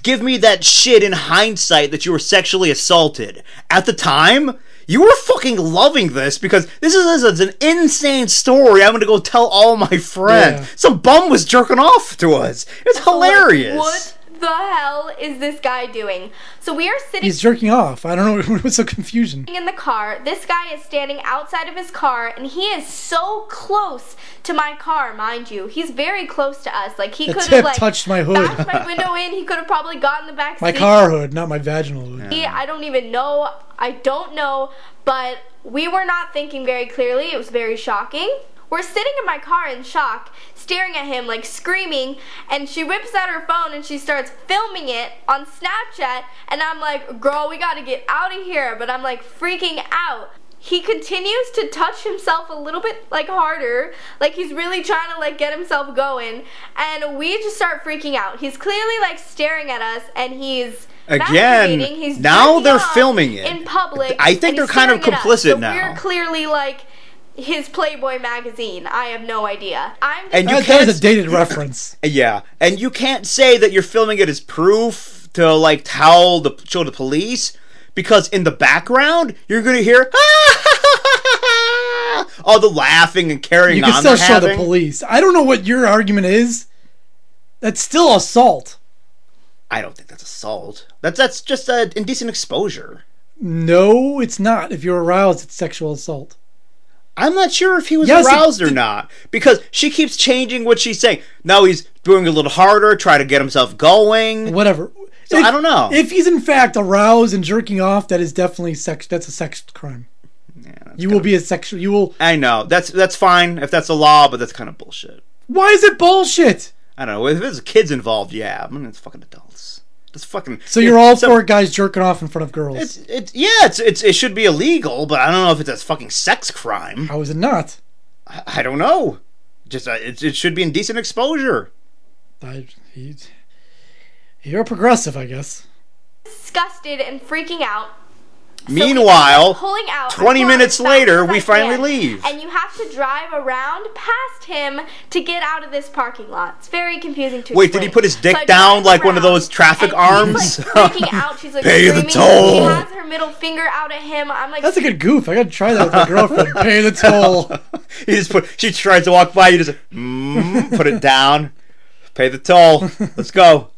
give me that shit in hindsight that you were sexually assaulted. At the time, you were fucking loving this because this is, this is an insane story. I'm gonna go tell all my friends.
Yeah.
Some bum was jerking off to us. It's hilarious.
What the hell is this guy doing? So we are sitting.
He's jerking off. I don't know. It was so confusion.
in the car. This guy is standing outside of his car and he is so close to my car, mind you. He's very close to us. Like he
The
could have
tip
like
touched my hood.
bashed my window in. He could have probably gotten the back
My
seat.
car hood, not my vaginal hood.
He- I don't even know. I don't know, but we were not thinking very clearly. It was very shocking. We're sitting in my car in shock, staring at him like screaming, and she whips out her phone and she starts filming it on Snapchat, and I'm like, "Girl, we got to get out of here." But I'm like freaking out. He continues to touch himself a little bit like harder, like he's really trying to like get himself going, and we just start freaking out. He's clearly like staring at us and he's
Again,
masturbating, he's
now
jerking
they're
off
filming it.
in public.
I think
and
they're
he's
kind of
staring at us.
complicit
So
now.
We're clearly like his Playboy magazine. I have no idea. I'm just
And you
That,
can't
that is a dated reference.
Yeah, and you can't say that you're filming it as proof to like tell the show the police because in the background you're gonna hear all the laughing and carrying
You
on.
can still
they're
show the
having.
police. I don't know what your argument is. That's still assault.
I don't think that's assault. That's that's just uh, indecent exposure.
No, it's not. If you're aroused, it's sexual assault.
I'm not sure if he was
Yes, it-
aroused or not because she keeps changing what she's saying. Now he's doing a little harder, try to get himself going.
Whatever.
So I don't know.
If he's in fact aroused and jerking off, that is definitely sex. That's a sex crime. you will be a sexual. You will.
I know that's that's fine if that's a law, but that's kind of bullshit.
Why is it bullshit?
I don't know if there's kids involved. Yeah, I mean it's fucking adults. It's fucking.
So you're all
so-
for guys jerking off in front of girls.
It's, it's yeah, it's, it's it should be illegal, but I don't know if it's a fucking sex crime.
How is it not?
I, I don't know. Just uh, it, it should be indecent exposure.
I, he, you're progressive, I guess.
disgusted and freaking out.
Meanwhile,
pulling out
20
as far
minutes
as fast
later,
as
we
I
finally
can.
leave.
And you have to drive around past him to get out of this parking lot. It's very confusing to
Wait, did he
explain.
put his dick
I drive
down like one of
around,
those traffic
and She's like
arms?
freaking out. She's like
Pay the
screaming.
toll.
She has her middle finger out at him. I'm like,
That's a good goof. I gotta try that with my girlfriend. Pay the toll.
he just put. She tries to walk by. You just mm, put it down. Pay the toll. Let's go.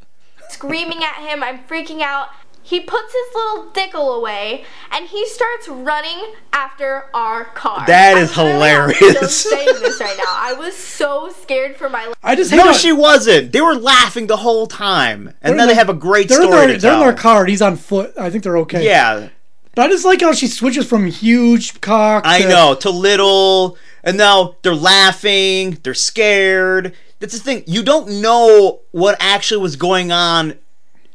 screaming at him. I'm freaking out. He puts his little dickle away and he starts running after our car.
That
I'm
is
literally on
hilarious.
video saying this right now. I was so scared for my life.
I just hate
No,
how-
she wasn't. They were laughing the whole time, and
in
then they
the-
have a great
They're in
story
their,
to
they're in
tell.
their car. and He's on foot. I think they're okay.
yeah,
But I just like how she switches from huge cock.
I
to-
know to little, and now they're laughing. They're scared. That's the thing. You don't know what actually was going on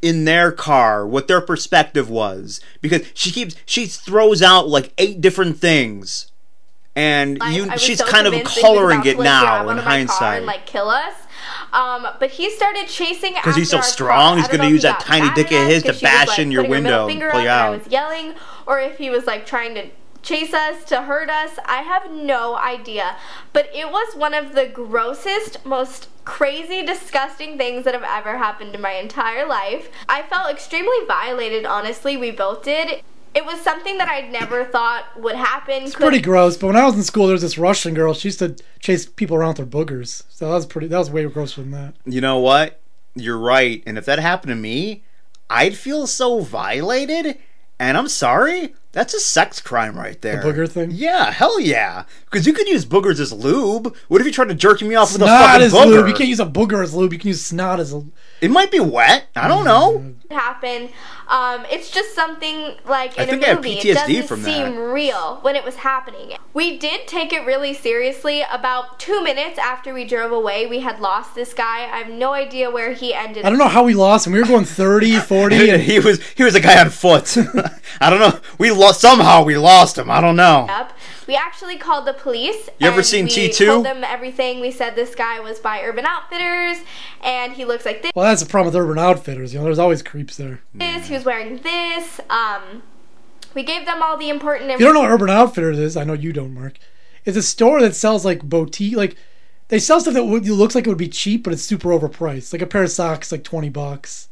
in their car, what their perspective was, because she keeps she throws out like eight different things, and
I- I
you
was
she's
so
kind of
convinced that he was
coloring
about to,
it
like, grab
now in
onto my car
hindsight.
and, like kill us. Um, but he started chasing because
he's so strong, he's gonna use that tiny dick of his to bash in your window and pull you out.
I was yelling, or if he was like trying to chase us to hurt us. I have no idea. But it was one of the grossest, most crazy, disgusting things that have ever happened in my entire life. I felt extremely violated. Honestly, we both did. It was something that I'd never thought would happen.
It's pretty gross. But when I was in school, there was this Russian girl. She used to chase people around with her boogers. So that was pretty. That was way grosser than that.
you know what? You're right. And if that happened to me, I'd feel so violated. And I'm sorry, that's a sex crime right there.
booger thing?
Yeah, hell yeah. Because you could use boogers as lube. What if you tried to jerk me off with a
Snot
fucking
as
booger?
lube. You can't use a booger as lube. You can use snot as a.
It might be wet. I don't
Mm-hmm.
know.
happen. Um, it's just something like
I
in
think I
a
have
movie. it
PTSD
doesn't
from that.
seem real when it was happening. We did take it really seriously. About two minutes after we drove away, we had lost this guy. I have no idea where he ended.
I don't know how we lost him. We were going 30, 40. and
He was he was a guy on foot. I don't know. We lost somehow. We lost him. I don't know.
Up. We actually called the police.
You ever
and
seen
we
T2?
Told them everything. We said this guy was by Urban Outfitters, and he looks like this.
Well, that's the problem with Urban Outfitters. You know, there's always creeps there.
He was wearing this. Um, we gave them all the important.
If you don't know what Urban Outfitters is, I know you don't, Mark. It's a store that sells like boutique, like they sell stuff that would, looks like it would be cheap, but it's super overpriced. Like a pair of socks, like twenty bucks.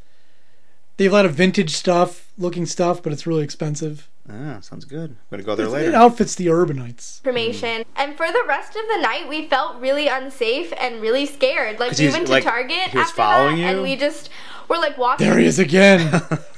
They have a lot of vintage stuff, looking stuff, but it's really expensive.
Ah, sounds good. I'm gonna go there
It
later.
outfits the urbanites.
Hmm.
information. And for the rest of the night, we felt really unsafe and really scared. Like
'Cause
we
he's,
went to
like,
Target
he was
after
following
that,
you?
and we just were like walking.
There he is again.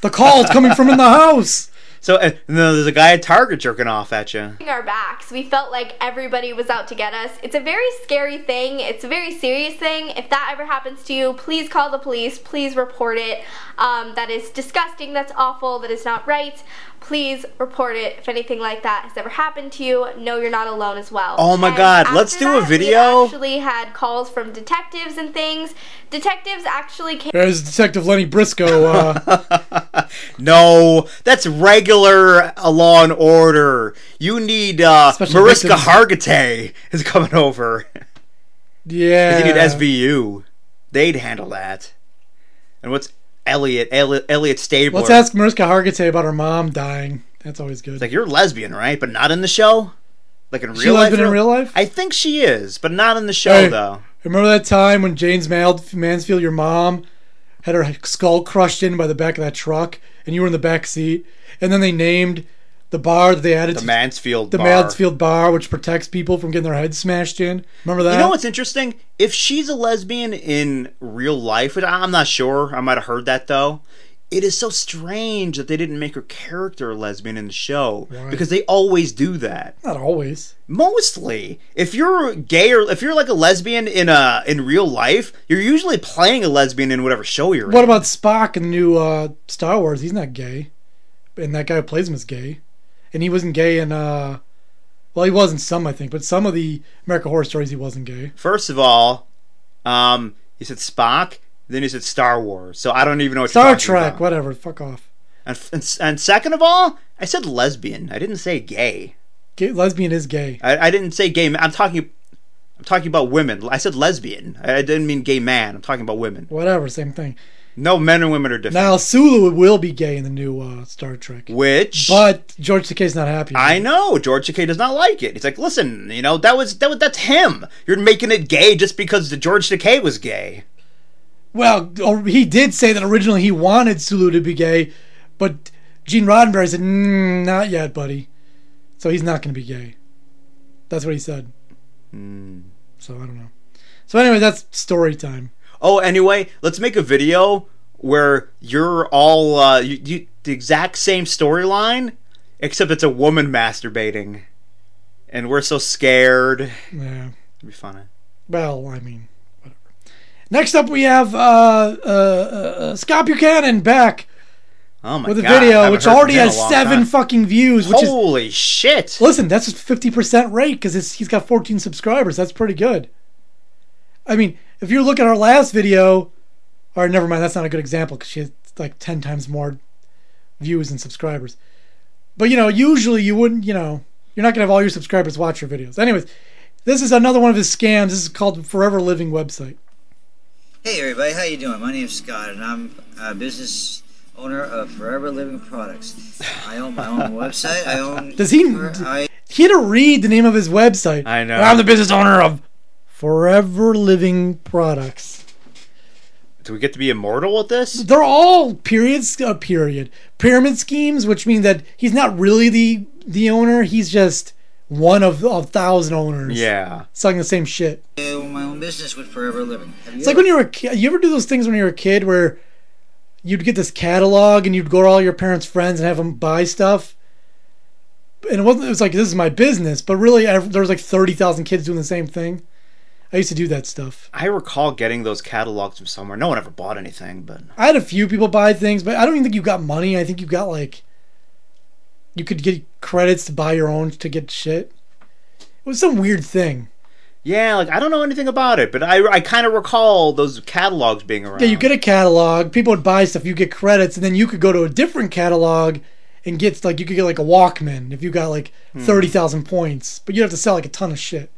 the call's coming from in the house.
So and then there's a guy at Target jerking off at you.
our backs. We felt like everybody was out to get us. It's a very scary thing. It's a very serious thing. If that ever happens to you, please call the police. Please report it. Um, that is disgusting. That's awful. That is not right. Please report it if anything like that has ever happened to you. No, you're not alone as well.
Oh my God, let's
after
do a
that, we
video.
actually had calls from detectives and things. Detectives actually came.
There's Detective Lenny Briscoe. Uh,
No, that's regular uh, Law and Order. You need uh,
Special
Mariska
victims.
Hargitay is coming over.
yeah.
You need SVU. They'd handle that. And what's Elliot? Elliot, Elliot Stabler.
Let's ask Mariska Hargitay about her mom dying. That's always good.
Like you're lesbian, right? But not in the show. Like in
She
real life.
lesbian in real life?
I think she is, but not in the show
Hey.
though.
Remember that time when James Mald- Mansfield, your mom, had her skull crushed in by the back of that truck, and you were in the back seat, and then they named the bar that they added
The
to
Mansfield.
the
bar.
Mansfield Bar, which protects people from getting their heads smashed in. Remember that?
You know what's interesting? If she's a lesbian in real life, which I- I'm not sure. I might have heard that though. it is so strange that they didn't make her character a lesbian in the show
Right.
because they always do that.
Not always.
Mostly, if you're gay or if you're like a lesbian in a in real life, you're usually playing a lesbian in whatever show you're
What
in.
about Spock in the new uh, Star Wars? He's not gay, and that guy who plays him is gay, and he wasn't gay in. Uh, well, he wasn't some, I think, but some of the American Horror Stories, he wasn't gay.
First of all, um, you said Spock, then you said Star Wars, so I don't even know what
Star
you're talking
Trek,
about.
whatever. Fuck off.
And, and and second of all, I said lesbian. I didn't say gay.
Gay, lesbian is gay.
I, I didn't say gay. ma- I'm talking. I'm talking about women. I said lesbian. I I didn't mean gay man. I'm talking about women.
Whatever, same thing.
No, men and women are different.
Now Sulu will be gay in the new uh, Star Trek,
Which
but George Takei's not happy.
I know George Takei does not like it. He's like, listen, you know that was that was that's him. You're making it gay just because the George Takei was gay.
Well, or- he did say that originally he wanted Sulu to be gay, but Gene Roddenberry said, mm, "Not yet, buddy." So he's not going to be gay. That's what he said.
Hmm.
So I don't know. So anyway, that's story time.
Oh, anyway, let's make a video where you're all uh, you, you the exact same storyline, except it's a woman masturbating, and we're so scared. It'd
Yeah.
be funny.
Well, I mean, whatever. Next up, we have uh, uh, uh, uh, Scott Buchanan back
Oh my
with a
god! I
video
haven't
which
heard from
already
him in a
has
long
seven
time.
fucking views, which is
Holy shit!
Listen, that's just fifty percent rate because he's got fourteen subscribers. That's pretty good. I mean, if you look at our last video, or never mind, that's not a good example because she has like ten times more views and subscribers. But you know, usually you wouldn't. You know, you're not gonna have all your subscribers watch your videos. Anyways, this is another one of his scams. This is called Forever Living website.
Hey everybody, how you doing? My name's Scott, and I'm a business owner of Forever Living Products. I own my own website. I own.
Does he-
I,
He had to read the name of his website.
I know.
I'm the business owner of Forever Living Products.
Do we get to be immortal with this?
they're all periods uh, period pyramid schemes which mean that he's not really the the owner he's just one of a thousand owners
Yeah.
selling the same shit
I own my own business with Forever Living. Have you
it's like when you were a kid you ever do those things when you were a kid where you'd get this catalog and you'd go to all your parents friends and have them buy stuff and it wasn't it was like this is my business but really ev- there was like 30,000 kids doing the same thing i used to do that stuff
I recall getting those catalogs from somewhere. No one ever bought anything, but
I had a few people buy things, but I don't even think you got money. I think you got like you could get credits to buy your own to get shit. It was some weird thing.
yeah, like I don't know anything about it, but I I kind of recall those catalogs being around.
Yeah, you get a catalog, people would buy stuff, you get credits, and then you could go to a different catalog and get like you could get like a Walkman if you got like thirty thousand points, but you'd have to sell like a ton of shit.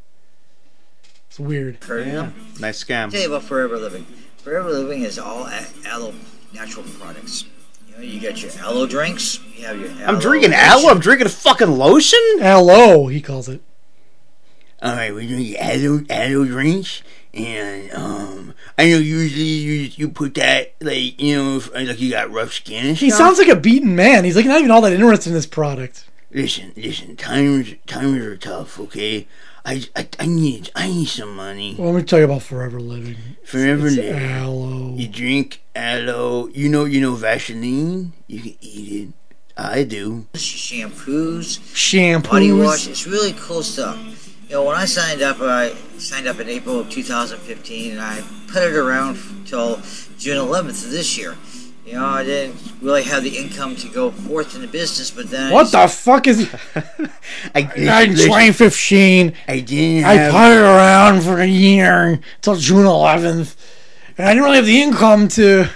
It's weird.
heard of
Yeah.
them?
Nice scam.
Tell you about Forever Living. Forever Living is all a- aloe natural products. You know, you got your aloe drinks. You have your.
I'm
aloe
drinking
lotion.
aloe. I'm drinking fucking lotion.
Hello, he calls it.
All right, we drink aloe aloe drinks, and um, I know usually you you put that like you know if, uh, like you got rough skin. And
He
stuff.
sounds like a beaten man. He's like not even all that interested in this product.
Listen, listen. Times times are tough. Okay, I I, I need I need some money.
Well, let me tell you about Forever Living.
Forever
It's
living.
aloe.
You drink aloe. You know, you know Vaseline. You can eat it. I do.
Shampoos.
shampoos.
body wash. It's really cool stuff. You know, when I signed up, I signed up in April of 2015, and I put it around till June 11th of this year. You know, I didn't really have the income to go forth in the business, but then
What the fuck is
I,
in 2015?
I didn't
I
have.
putted around for a year till June 11th, and I didn't really have the income to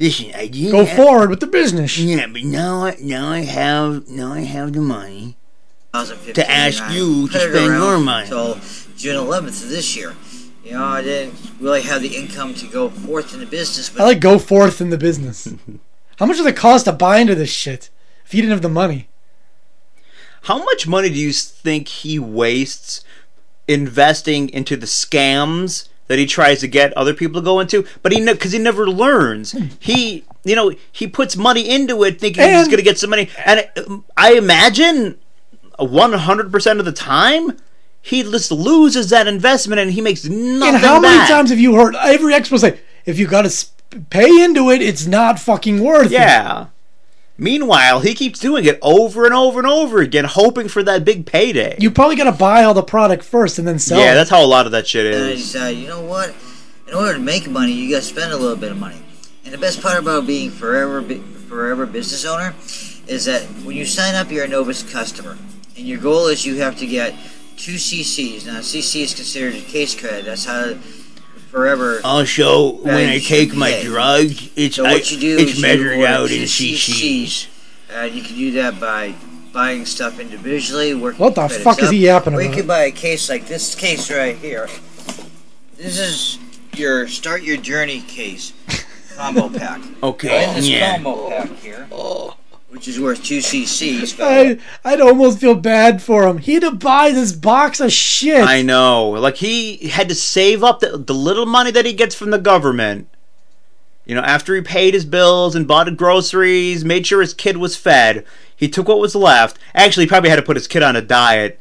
listen, I didn't.
go
have-
forward with the business.
Yeah, but now I now I have now I have the money.
2015,
To ask
and I
you to
put it
spend
around
your money.
till June 11th of this year. You know, I didn't really have the income to go forth in the business, but
I like go forth in the business. How much does it cost to buy into this shit if you didn't have the money?
How much money do you think he wastes investing into the scams that he tries to get other people to go into? But he because he never learns.
Hmm.
He you know he puts money into it thinking he's
And-
going to get some money, and um, I imagine one hundred percent of the time. He just loses that investment and he makes nothing
and how many
back.
times have you heard every expert say, if you got a, sp- pay into it. It's not fucking worth it.
Yeah. Meanwhile, he keeps doing it over and over and over again, hoping for that big payday.
You probably got to buy all the product first and then sell
yeah,
it.
that's how a lot of that shit
And I
is.
decided, you know what? In order to make money, you got to spend a little bit of money. And the best part about being forever, bu- forever business owner is that when you sign up, you're a Novus customer, and your goal is you have to get two CCs. Now, CC is considered a case credit. That's how forever.
Also,
when I take my
drugs, it's
So what you do is you order two CCs. Uh, you can do that by buying stuff individually. Working
What the
credits
fuck is
up,
he yapping
or you
about?
can buy a case like this case right here. This is your start your journey case combo pack.
Okay,
In this combo pack here, which is worth two CCs.
I, I'd almost feel bad for him. He had to buy this box of shit.
I know. Like he had to save up the, the little money that he gets from the government. You know, after he paid his bills and bought groceries, made sure his kid was fed, he took what was left. Actually, he probably had to put his kid on a diet.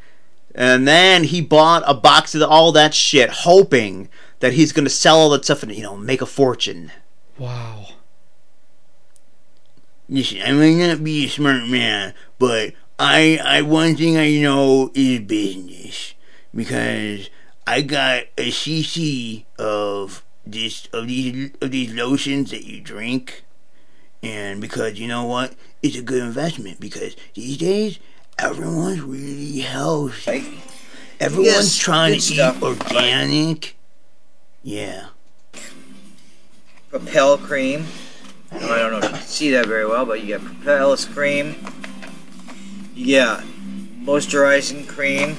And then he bought a box of all that shit, hoping that he's going to sell all that stuff and, you know, make a fortune.
Wow.
Listen, I may not be a smart man, but I, I one thing I know is business because I got a CC of this of these of these lotions that you drink, and because you know what, it's a good investment because these days everyone's really healthy. Everyone's
Yes,
trying to
good stuff.
eat organic. Yeah.
Propel cream. Now, I don't know if you can see that very well, but you got Propel cream. You got moisturizing cream.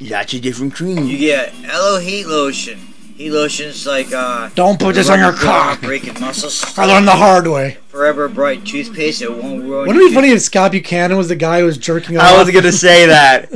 Lots of different creams.
You get aloe heat lotion. Heat lotion's like uh.
Don't put this on your
rubber glove,
cock.
Breaking muscles.
I learned the hard way.
Forever bright toothpaste. It won't ruin.
Wouldn't it
your
be funny if Scott Buchanan was the guy who was jerking off?
I was gonna say that.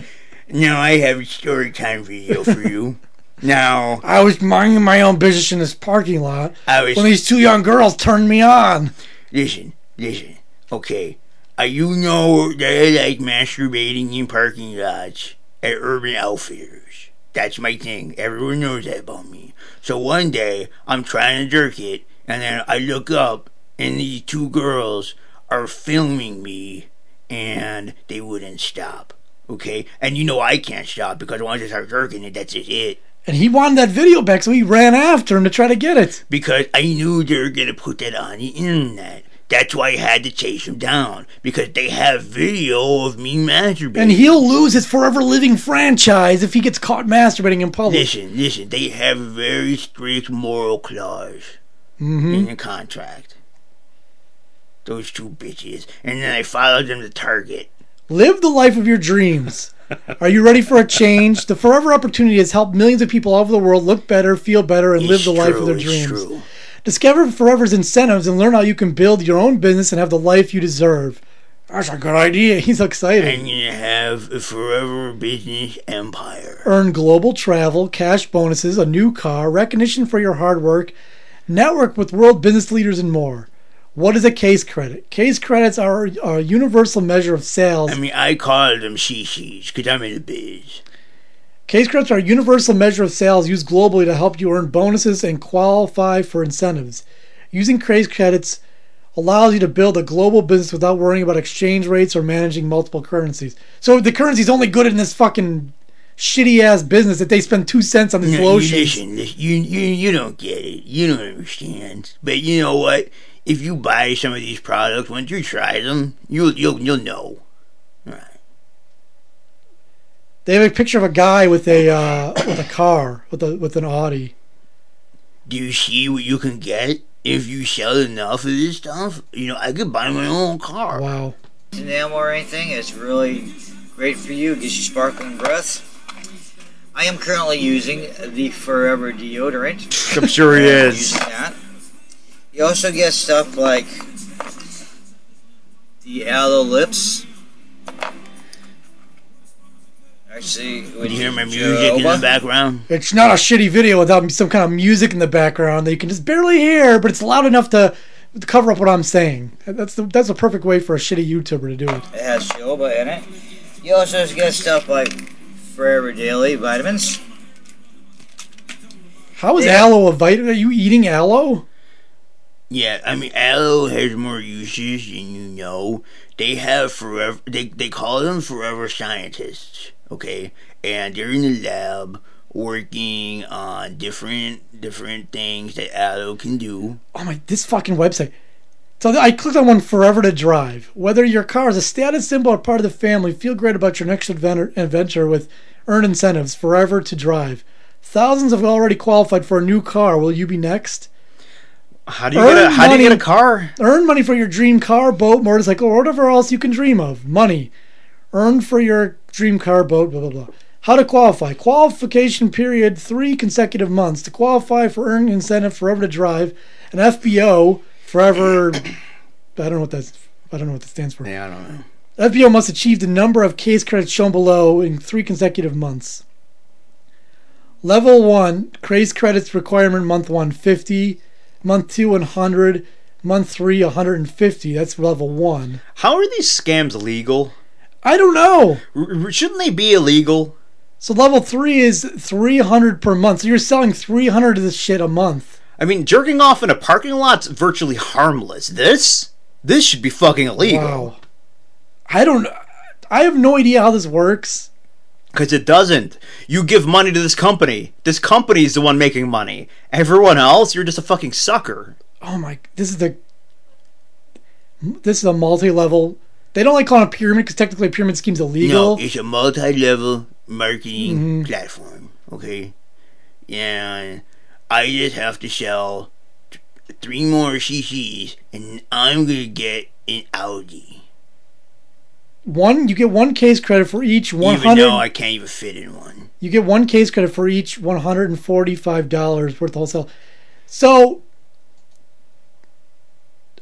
now I have a story time video for you. Now
I was minding my own business in this parking lot
I was
when these two young girls turned me on.
listen, listen. Okay, uh, you know that I like masturbating in parking lots at Urban Outfitters. That's my thing. Everyone knows that about me. So one day I'm trying to jerk it, and then I look up, and these two girls are filming me, and they wouldn't stop. Okay, and you know I can't stop because once I start jerking it, that's just it.
And he wanted that video back, so he ran after him to try to get it.
because I knew they were gonna put that on the internet. That's why I had to chase them down because they have video of me masturbating.
And he'll lose his forever living franchise if he gets caught masturbating in public.
listen, listen. They have a very strict moral clause
Mm-hmm.
in the contract. Those two bitches, and then I followed them to Target.
Live the life of your dreams. Are you ready for a change? The Forever Opportunity has helped millions of people all over the world look better, feel better, and live
It's
the life
true,
of their
it's
dreams.
true.
Discover Forever's incentives and learn how you can build your own business and have the life you deserve. That's a good idea. He's excited.
I'm gonna have a forever business empire.
Earn global travel, cash bonuses, a new car, recognition for your hard work, network with world business leaders, and more. What is a case credit? Case credits are a universal measure of sales.
I mean, I call them CCs because I'm in the biz.
Case credits are a universal measure of sales used globally to help you earn bonuses and qualify for incentives. Using case credits allows you to build a global business without worrying about exchange rates or managing multiple currencies. So the currency's only good in this fucking shitty ass business that they spend two cents on these
No, You,
lotions.
listen, listen, you, you, you don't get it. You don't understand. But you know what? If you buy some of these products, once you try them, you'll you'll you'll know. Right.
They have a picture of a guy with a uh, with a car with a with an Audi.
Do you see what you can get if you sell enough of this stuff? You know, I could buy my own car.
Wow.
enamel or anything. It's really great for you. Gives you sparkling breath. I am currently using the Forever deodorant.
I'm sure he
Using that. You also get stuff like the aloe lips. Actually,
You hear my music in the background?
It's not a shitty video without some kind of music in the background that you can just barely hear, but it's loud enough to to cover up what I'm saying. That's the that's a perfect way for a shitty YouTuber to do it.
It has jojoba in it. You also get stuff like Forever Daily vitamins.
How is
Yeah.
aloe a vitamin? Are you eating aloe?
Yeah, I mean, aloe has more uses than you know. They have forever. They they call them forever scientists. Okay, and they're in the lab working on different different things that aloe can do.
Oh my, this fucking website. So I clicked on one forever to drive. Whether your car is a status symbol or part of the family, feel great about your next adven- adventure with earn incentives forever to drive. Thousands have already qualified for a new car. Will you be next?
How do you get a,
Earn
how do you get a
money.
car?
Earn money for your dream car, boat, motorcycle, or whatever else you can dream of. Money. Earn for your dream car, boat, blah, blah, blah. How to qualify. Qualification period three consecutive months. To qualify for Earn Incentive Forever to Drive, an FBO, Forever. I don't know what that's. I don't know what that stands for.
Yeah, I don't know.
FBO must achieve the number of case credits shown below in three consecutive months. Level 1, case credits requirement month 1, 50. Month 2, 100. Month 3, 150. That's level 1.
How are these scams legal?
I don't know.
R- r- shouldn't they be illegal?
So level 3 is 300 per month. So you're selling 300 of this shit a month.
I mean, jerking off in a parking lot's virtually harmless. This this should be fucking illegal.
Wow. I don't I have no idea how this works.
Because it doesn't. You give money to this company. This company's the one making money. Everyone else, you're just a fucking sucker.
Oh my, this is the this is a multi-level. They don't like calling it a pyramid because technically a pyramid scheme's illegal.
No, it's a multi-level marketing
Mm-hmm.
platform. Okay, and I just have to sell th- three more CCs, and I'm gonna get an Audi.
One, you get one case credit for each one
Even
hundred.
though I can't even fit in one.
you get one case credit for each one hundred and forty-five dollars worth of wholesale. So,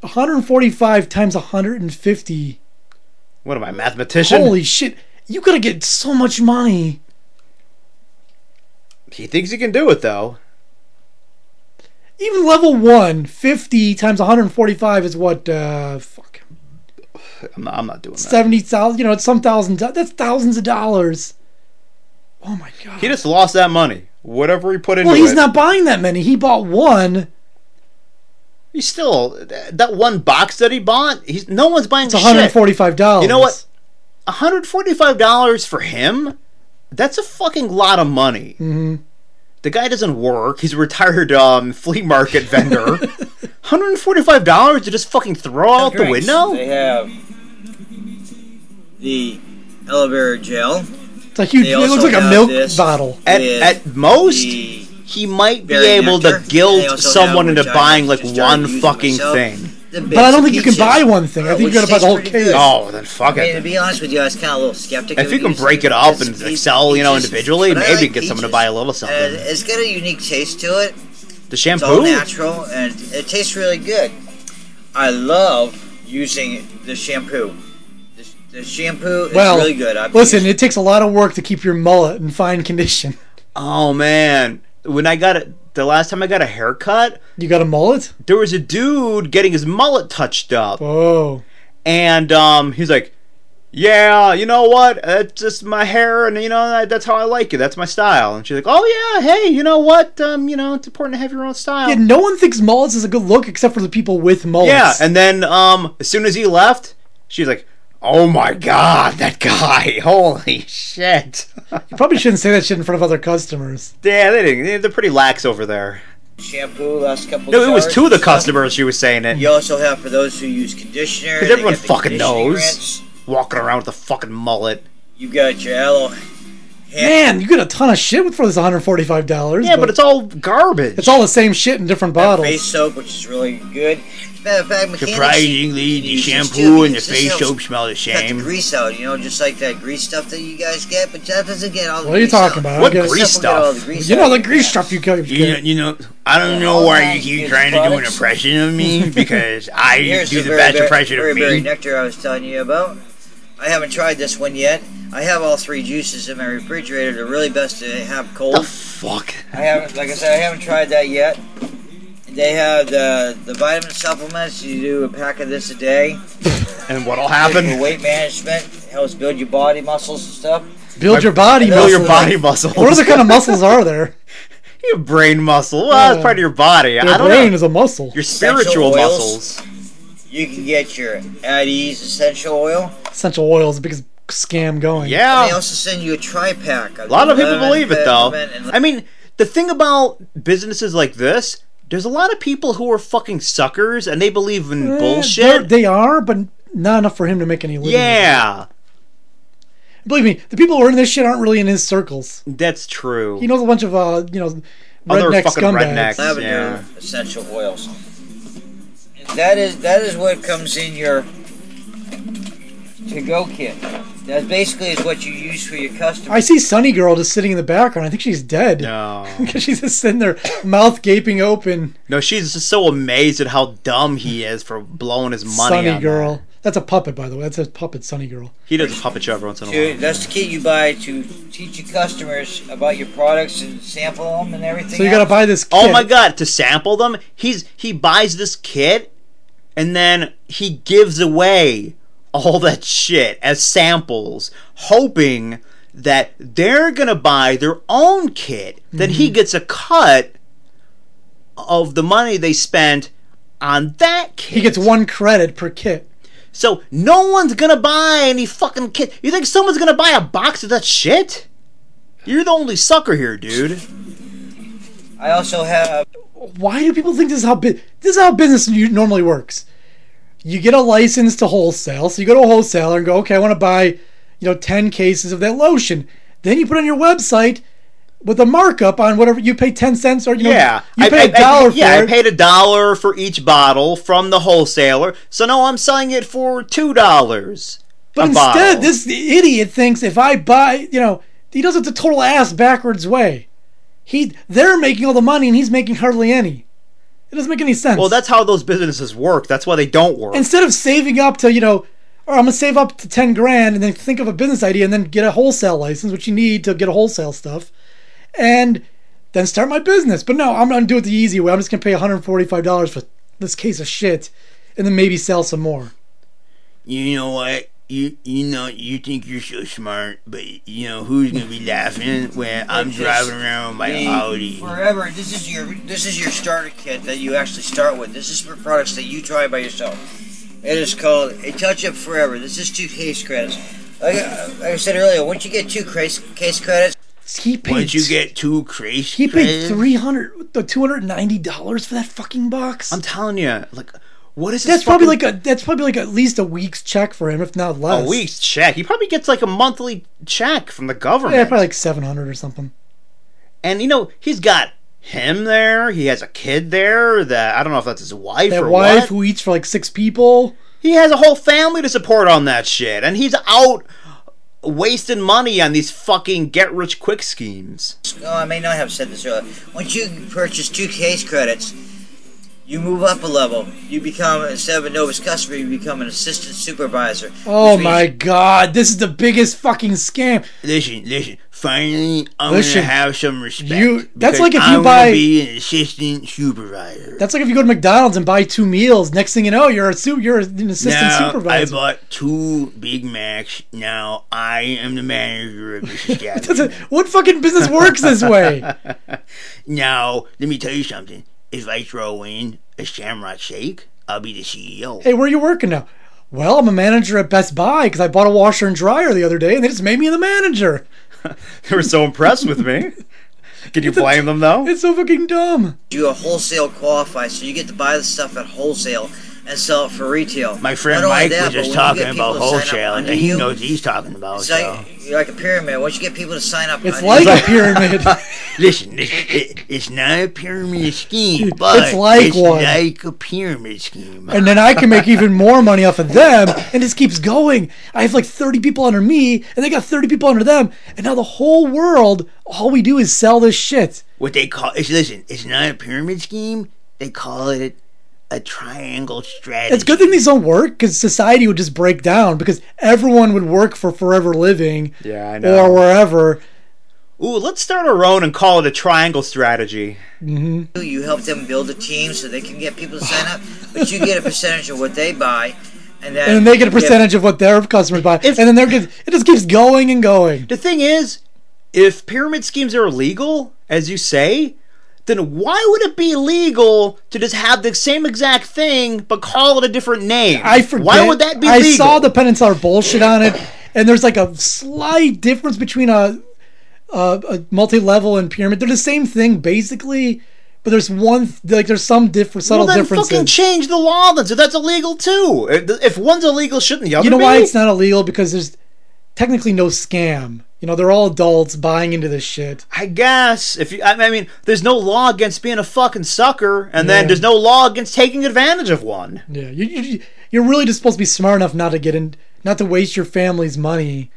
one hundred and forty-five times one hundred and fifty.
What am I, a mathematician?
Holy shit! You gotta get so much money.
He thinks he can do it though.
Even level one, 50 times one hundred and forty-five is what? Uh, fuck,
I'm not, I'm not doing that.
seventy thousand. You know, it's some thousand. do- That's thousands of dollars. Oh my god.
He just lost that money. Whatever he put into
well, he's
it.
not buying that many. He bought one.
He's still that one box that he bought. He's no one's buying
It's
shit.
one hundred and forty-five dollars.
You know what? $145 for him? That's a fucking lot of money.
Mhm.
The guy doesn't work. He's a retired um, flea market vendor. $145 to just fucking throw out the
drinks.
window?
They have the aloe vera gel.
It's a huge.
They
It
also
looks like a
have
milk
this.
bottle.
At,
with
at most,
the
he might be
berry
able
nectar.
to
They
guilt
also
someone
have, which
into
I
buying like
just started
one
using
fucking
myself,
thing.
the
But I don't think
bits
you
of
can
pizza,
buy one thing. I
uh,
think you
which
gotta buy the
tastes
whole
pretty
case.
good.
Oh, then fuck
I mean, to
it.
be honest with you, I was kind of a little skeptical.
If you can
because
break it up and
it's pe-
sell, you know, individually,
but I
maybe get someone to
peaches.
buy a little something.
And it's got a unique taste to it.
The
It's all
shampoo?
natural and it tastes really good. I love using the shampoo. The, the shampoo is
Well,
really good. I've
listen,
used-
it takes a lot of work to keep your mullet in fine condition.
Oh man, when I got it, the last time I got a haircut,
You got a mullet?
there was a dude getting his mullet touched up.
Whoa!
and um, he's like, "Yeah, you know what? That's just my hair, and you know that, that's how I like it. That's my style." And she's like, "Oh yeah, hey, you know what? Um, you know it's important to have your own style."
Yeah, no one thinks mullets is a good look except for the people with mullets.
Oh. Yeah, and then um, as soon as he left, she's like, "Oh my god, that guy! Holy shit!"
you probably shouldn't say that shit in front of other customers.
yeah, they didn't. They're pretty lax over there.
shampoo last couple.
No, it was
jars
to
and
the
stuff.
customers. She was saying it.
You also have for those who use conditioner.
Because
they
everyone
get the
fucking
conditioning
knows.
rinse.
Walking around with a fucking mullet.
You got your aloe.
Man, you get a ton of shit with- for this one hundred forty-five dollars.
Yeah, but, it's all garbage.
it's all the same shit in different
Face
bottles.
soap, which is really good. As a matter of fact, mechanics
Surprisingly, the
use this
shampoo
too,
and the
because this
face
helps
soap smell the
Cut the
same.
grease out, you know, just like that grease stuff that you guys get, but that doesn't get all the
What are you
grease out.
talking about? I
What
don't get it.
grease
Except we'll get all
stuff?
the grease
You know
out.
the grease stuff you got.
You know, you know, I don't know why you keep trying to do an impression of me because I
Here's
do the
very,
best
very,
impression
very,
of
very
me.
nectar I was telling you about. I haven't tried this one yet. I have all three juices in my refrigerator. They're really best to have
The
cold.
fuck?
I haven't, like I said, I haven't tried that yet. They have the the vitamin supplements. You do a pack of this a day.
and what'll
For
happen?
weight management helps build your body muscles and stuff.
Build your body.
Feel your
muscles.
body muscles.
What other kind of muscles are there?
You have brain muscle. Well, it's
Yeah.
part of your body.
Your
I don't
brain
know.
is
a muscle.
Your spiritual
Essential oils.
muscles.
You can get your at ease essential oil.
Essential oil is the biggest scam going.
And they
Oh.
also send you a tri pack.
A lot of people believe it, though. I mean, the thing about businesses like this, there's a lot of people who are fucking suckers and they believe in
Eh,
bullshit.
they're- They are, but not enough for him to make any living.
Yeah,
Believe me, the people who are in this shit aren't really in his circles.
that's true.
He knows a bunch of uh, you know,
Other
redneck
fucking
scumbags.
rednecks,
Lavender essential oils. That is that is what comes in your to go kit. That basically is what you use for your customer.
I see Sunny Girl just sitting in the background. I think she's dead.
No.
Because she's just sitting there, mouth gaping open.
No, she's just so amazed at how dumb he is for blowing his money.
Sunny
on
Girl. That's a puppet, by the way. That's a puppet, Sunny Girl.
that. He does a puppet show every once in a while.
To, that's the kit you buy to teach your customers about your products and sample them and everything.
So you
else.
gotta buy this. Oh my god! To sample them, he's he buys this kit, and then he gives away all that shit as samples, hoping that they're gonna buy their own kit. Then
Mm-hmm.
he gets a cut of the money they spent on that kit. He gets
one credit per kit.
So no one's gonna buy any fucking kit. You think someone's gonna buy a box of that shit? You're the only sucker here, dude.
I also have.
Why do people think this is how bu- this is how business u- normally works? You get a license to wholesale, so you go to a wholesaler and go, okay, I want to buy, you know, ten cases of that lotion. Then you put it on your website with a markup on whatever you pay ten cents or you know,
yeah,
you
I-
pay a
I- I-
dollar for
yeah,
it.
I paid a dollar for each bottle from the wholesaler, so now I'm selling it for two dollars.
But instead, this idiot thinks if I buy, you know, he does it the total ass backwards way. He they're making all the money and he's making hardly any. It doesn't make any sense.
Well, that's how those businesses work. That's why they don't work.
Instead of saving up to you know, or I'm gonna save up to ten grand and then think of a business idea and then get a wholesale license, which you need to get wholesale stuff, and then start my business. But no, I'm gonna do it the easy way. I'm just gonna pay 145 dollars for this case of shit, and then maybe sell some more.
You know what? You you know you think you're so smart, but you know who's gonna be laughing when I'm
Just
driving around with my
the-
Audi?
Forever. This is your this is your starter kit that you actually start with. This is for products that you try by yourself. It is called a touch up forever. This is two case credits. Like, I- like I said earlier, once you get two case case credits,
He paid
Once you get two crazy,
He paid three hundred, the two hundred ninety dollars for that fucking box. I'm
telling you, like, what is this
that's probably
fucking-
like a that's probably like at least a week's check for him, if not
a
less.
week's Oh, check. He probably gets like a monthly check from the government.
yeah, probably like seven hundred or something.
And you know he's got him there. He has a kid there. That I don't know if that's his wife
that
or
wife
what.
who eats for like six people.
He has a whole family to support on that shit, and he's out wasting money on these fucking get rich quick schemes.
no, oh, I may not have said this earlier. Once you purchase two case credits, you move up a level. You become instead of a novice customer, you become an assistant supervisor.
Oh my god, this is the biggest fucking scam.
Listen, listen. Finally, I'm
Listen,
gonna have some respect.
you- that's
because
like if you
I'm gonna
buy-
be an assistant supervisor.
That's like if you go to McDonald's and buy two meals. Next thing you know, you're a su- you're an assistant
now,
supervisor.
I bought two Big Macs. Now I am the manager of this establishment.
That's a- what fucking business works this way?
now, let me tell you something. If I throw in a Shamrock Shake, I'll be the E CEO.
Hey, where are you working now? Well, I'm a manager at Best Buy because I bought a washer and dryer the other day, and they just made me the manager.
they were so impressed with me. Can you blame them though?
It's so fucking dumb.
You a wholesale qualify, so you get to buy the stuff at wholesale and sell it for retail.
My friend
Not only
Mike
that,
was
but
just
when you
talking
get people
about
to sign up
wholesale, and
under
he
you,
knows what he's talking about.
It's
so.
like, you're like a pyramid. Once you get people to sign up,
It's
under
like
you-
a
pyramid.
Listen, this, it, it's not a pyramid scheme, but
it's like one.
like a pyramid scheme.
And then I can make even more money off of them, and this keeps going. I have like 30 people under me, and they got 30 people under them, and now the whole world, all we do is sell this shit.
what they call it's listen, it's not a pyramid scheme. They call it a triangle strategy.
It's a good thing these don't work because society would just break down because everyone would work for Forever Living
Yeah, I
or
know.
wherever.
Ooh, let's start our own and call it a triangle strategy.
Mm-hmm.
You help them build a team so they can get people to sign up, but you get a percentage of what they buy, and then
And then they get a
if-
percentage of what their customers buy, and then they're just, it just keeps going and going.
The thing is, if pyramid schemes are illegal, as you say, then why would it be legal to just have the same exact thing but call it a different name?
I forget.
Why would that be
I
legal?
saw the Penitentiary bullshit on it, and there's like a slight difference between a a, a multi-level and pyramid. They're the same thing basically, but there's one like there's some different subtle
well, then
differences.
fucking change the law then, so that's illegal too. If if one's illegal, shouldn't the other
you know
be?
why it's not illegal? Because there's technically no scam. You know, they're all adults buying into this shit.
I guess if you, I I mean, there's no law against being a fucking sucker, and
Yeah.
then there's no law against taking advantage of one.
Yeah, you, you you're really just supposed to be smart enough not to get in, not to waste your family's money.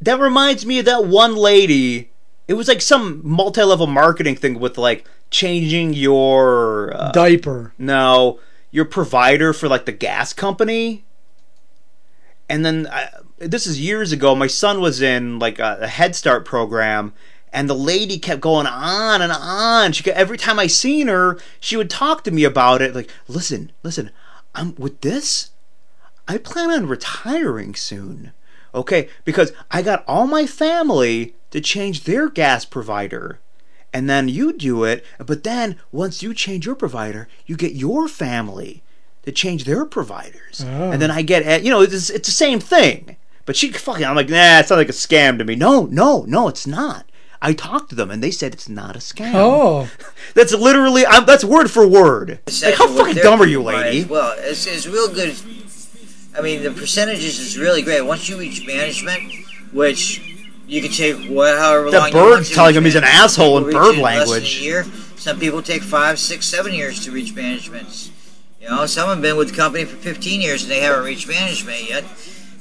That reminds me of that one lady. It was like some multi-level marketing thing with like changing your uh,
Diaper.
No, your provider for like the gas company. And then I, this is years ago. My son was in like a, a Head Start program, and the lady kept going on and on. She kept, every time I seen her, she would talk to me about it. Like, listen, listen, I'm with this. I plan on retiring soon. Okay, because I got all my family to change their gas provider. And then you do it, but then once you change your provider, you get your family to change their providers.
Oh.
And then I get, eh, you know, it's, it's the same thing. But she fucking, I'm like, nah, it sounds like a scam to me. No, no, no, it's not. I talked to them and they said it's not a scam.
Oh.
That's literally, I'm, that's word for word. Like,
actually
how
what
fucking
they're
dumb are you,
doing right
lady?
as Well, it's, it's real good. I mean, the percentages is really great. Once you reach management, which you can take what, however long.
That bird's
you want to
telling
reach
him he's an
management.
asshole
People
in
reach
bird
it in less than a
language.
year. Some people take five, six, seven years to reach management. You know, some have been with the company for 15 years and they haven't reached management yet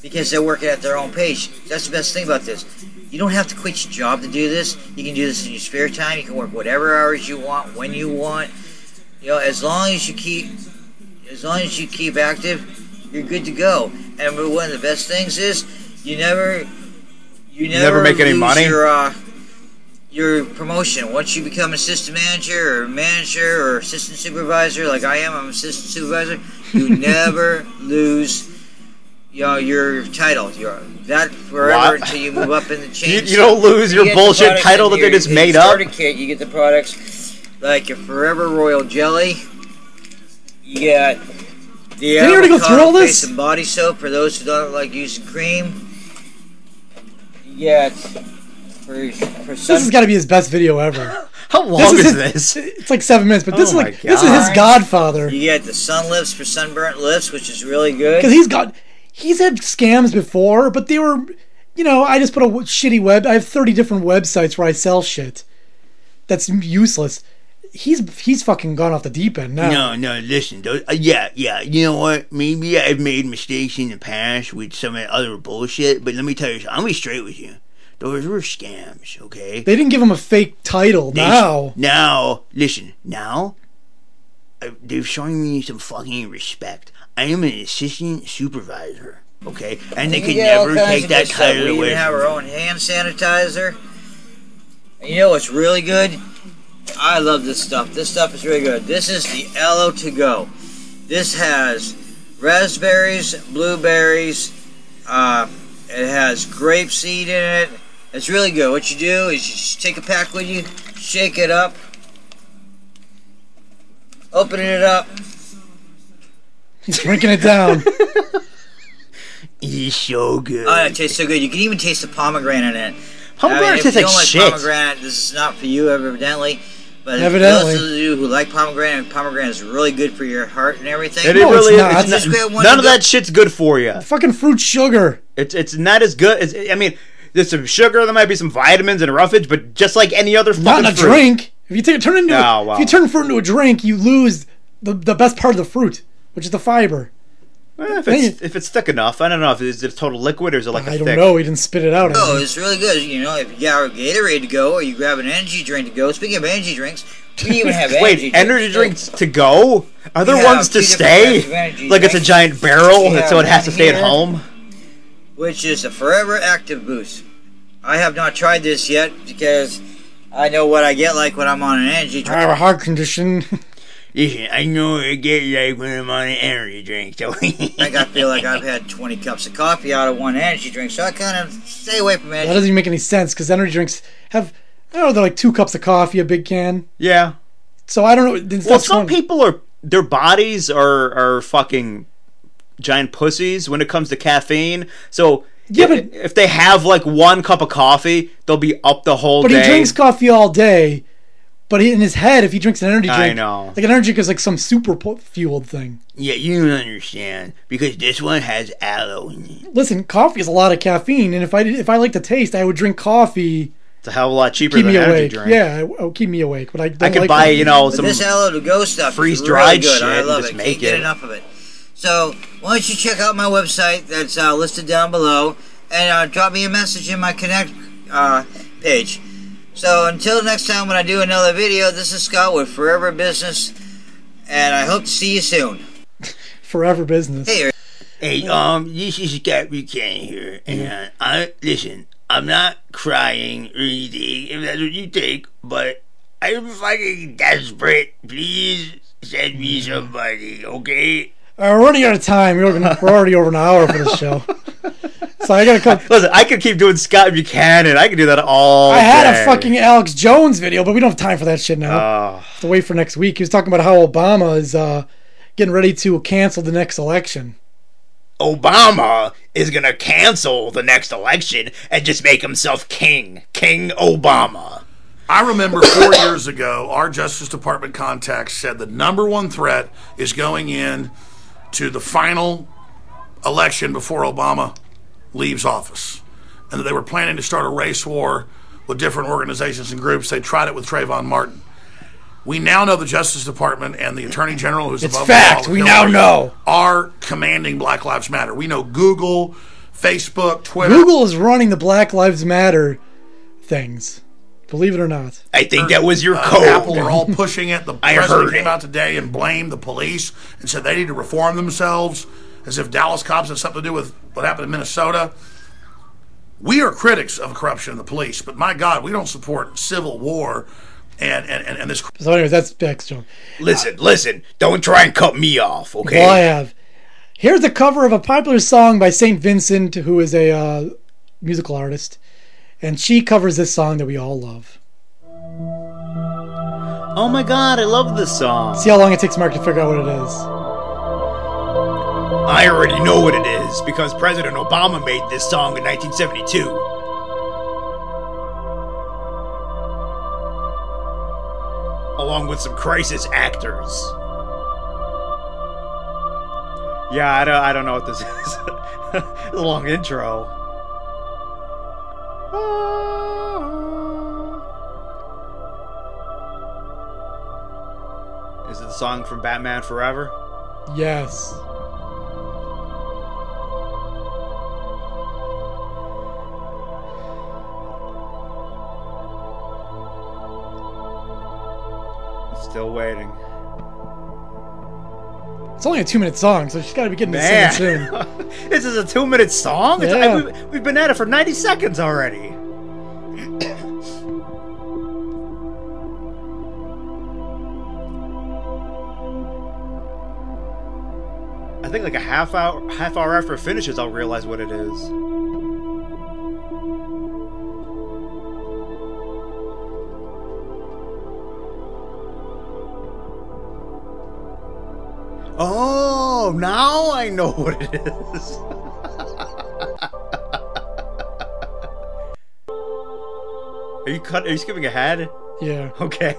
because they're working at their own pace. That's the best thing about this. You don't have to quit your job to do this. You can do this in your spare time. You can work whatever hours you want, when you want. You know, as long as you keep, as long as you keep active, you're good to go. And one of the best things is you never, you never,
never make any
lose
money?
Your, uh, your promotion once you become assistant manager or manager or assistant supervisor, like I am, I'm assistant supervisor. You never lose, you know, your title. Your that forever
What?
until you move up in the chain.
You- you don't lose your
get the
bullshit
products
title
and
that they
your-
just
your
made up.
starter Kit, you get the products like your Forever Royal Jelly. You get the
Did he already go through
avocado
all this?
face and body soap for those who don't like using cream. You get for for
This has got to be his best video ever.
How
long is
this?
his- It's like seven minutes, but this
Oh
is like
my
this is his
God.
Godfather
You get the sun lifts for sunburnt lips, which is really good.
because he's got he's had scams before, but they were you know I just put a w- shitty web. I have thirty different websites where I sell shit that's useless. He's he's fucking gone off the deep end now.
No, no, listen. Those, uh, yeah, yeah. You know what? Maybe I've made mistakes in the past with some of the other bullshit, but let me tell you, something. I'm gonna be straight with you. Those were scams, okay?
They didn't give him a fake title.
They-
now
now, listen. Now, uh, they've shown me some fucking respect. I am an assistant supervisor, okay? And they
You
can
get all
never
kinds
take
of
that
good stuff.
title
We
away
even have
from
our own hand sanitizer. And you know what's really good? I love this stuff. This stuff is really good. This is the Aloe to go. This has raspberries, blueberries. Uh, it has grape seed in it. It's really good. What you do is you just take a pack with you, shake it up, open it up,
he's drinking it down.
It's so good.
Oh, it tastes so good. You can even taste the pomegranate in it.
Pomegranate
if
tastes
you
like
don't
shit.
Like pomegranate, this is not for you, evidently. But
Evidently.
for those of you who like pomegranate, pomegranate is really good for your heart and everything.
It really is. It's
Just
not-
grab one
none
and
of
go-
that shit's good for you.
Fucking fruit sugar.
It's it's not as good. As, I mean, there's some sugar. There might be some vitamins and roughage, but just like any other fucking
Not in a
fruit.
drink. If you take, turn it into
Oh,
if you
wow.
turn fruit into a drink, you lose the the best part of the fruit, which is the fiber.
Eh, if, it's, if it's thick enough, I don't know if it's, it's total liquid or is it like a
I don't
thick.
know. He didn't spit it out. I
Oh,
think.
it's really good. You know, if you got a Gatorade to go or you grab an energy drink to go. Speaking of energy drinks, we even have
Wait,
energy
energy drinks to go? Are there
have
ones
two
to
different
stay?
types of energy
Like it's a
drinks.
giant barrel,
We
and so
have
it has to
one
stay at
here.
home.
which is the Forever Active Boost. I have not tried this yet because I know what I get like when I'm on an energy
I have
drink.
a heart condition.
Listen, I know what I get like when I'm on an energy drink, so.
like I feel like I've had 20 cups of coffee out of one energy drink, so I kind of stay away from
that
energy.
doesn't even make any sense because energy drinks have I don't know they're like two cups of coffee, a big can.
Yeah.
So I don't know. It's
well,
not
some
funny.
people are their bodies are are fucking giant pussies when it comes to caffeine. So yeah, if, but if they have like one cup of coffee, they'll be up the whole
But
day.
he drinks coffee all day. But in his head, if he drinks an energy
I
drink,
know.
like an energy drink is like some super pu- fueled thing.
Yeah, you don't understand because this one has aloe in it.
Listen, coffee is a lot of caffeine, and if I did, if I like the taste, I would drink coffee.
It's a hell of a lot cheaper
keep
than
me
an energy
awake.
drink.
Yeah, it would keep me awake. But I don't
I could
like
buy,
coffee.
you know,
But this aloe to go stuff
freeze
is
dried
really good.
shit
I
and
love
just
it.
make
Can't get
it.
enough of it. So why don't you check out my website that's uh, listed down below and uh, drop me a message in my connect uh, page. So until next time when I do another video, this is Scott with Forever Business, and I hope to see you soon.
forever business.
Hey,
Hey, um, this is Scott Buchanan here, and I listen. I'm not crying or anything, if that's what you think, but I'm fucking desperate. Please send me
Mm-hmm.
somebody, okay?
Uh, we're running out of time. We're, gonna- we're already over an hour for this show. So I gotta come.
Listen, I could keep doing Scott Buchanan. I could do that all.
I had
day.
a fucking Alex Jones video, but we don't have time for that shit now.
Oh.
Have to wait for next week. He was talking about how Obama is uh, getting ready to cancel the next election.
Obama is gonna cancel the next election and just make himself king. King Obama.
I remember four years ago, our Justice Department contacts said the number one threat is going in to the final election before Obama leaves office, and that they were planning to start a race war with different organizations and groups. They tried it with Trayvon Martin. We now know the Justice Department and the Attorney General, who's
It's
above
fact.
Oh,
the law,
We now know.
are commanding Black Lives Matter. We know Google, Facebook, Twitter.
Google is running the Black Lives Matter things. Believe it or not.
I think that was your
uh,
code.
Apple are all pushing it. The
I
president
heard
came
it.
out today and blamed the police and said they need to reform themselves, as if Dallas cops had something to do with what happened in Minnesota. We are critics of corruption in the police, but my God, we don't support civil war and and, and, and this.
So, anyways, that's Beck's joke.
Listen, listen. Don't try and cut me off, okay?
Well, I have. Here's the cover of a popular song by St. Vincent, who is a uh, musical artist, and she covers this song that we all love.
Oh my god, I love this song.
See how long it takes Mark to figure out what it is.
I already know what it is because President Obama made this song in 1972. Along with some crisis actors.
Yeah, I don't, I don't know what this is. it's a long intro. Ah. Is it the song from Batman Forever?
Yes.
Still waiting.
It's only a two minute song, so she's got to be getting
Man.
this singing soon.
This is a two minute song? It's- I-
Yeah.
we've, we've been at it for 90 seconds already. I think like a half hour half hour after it finishes I'll realize what it is. Oh, now I know what it is. Are you cut? Are you skipping ahead?
Yeah.
Okay.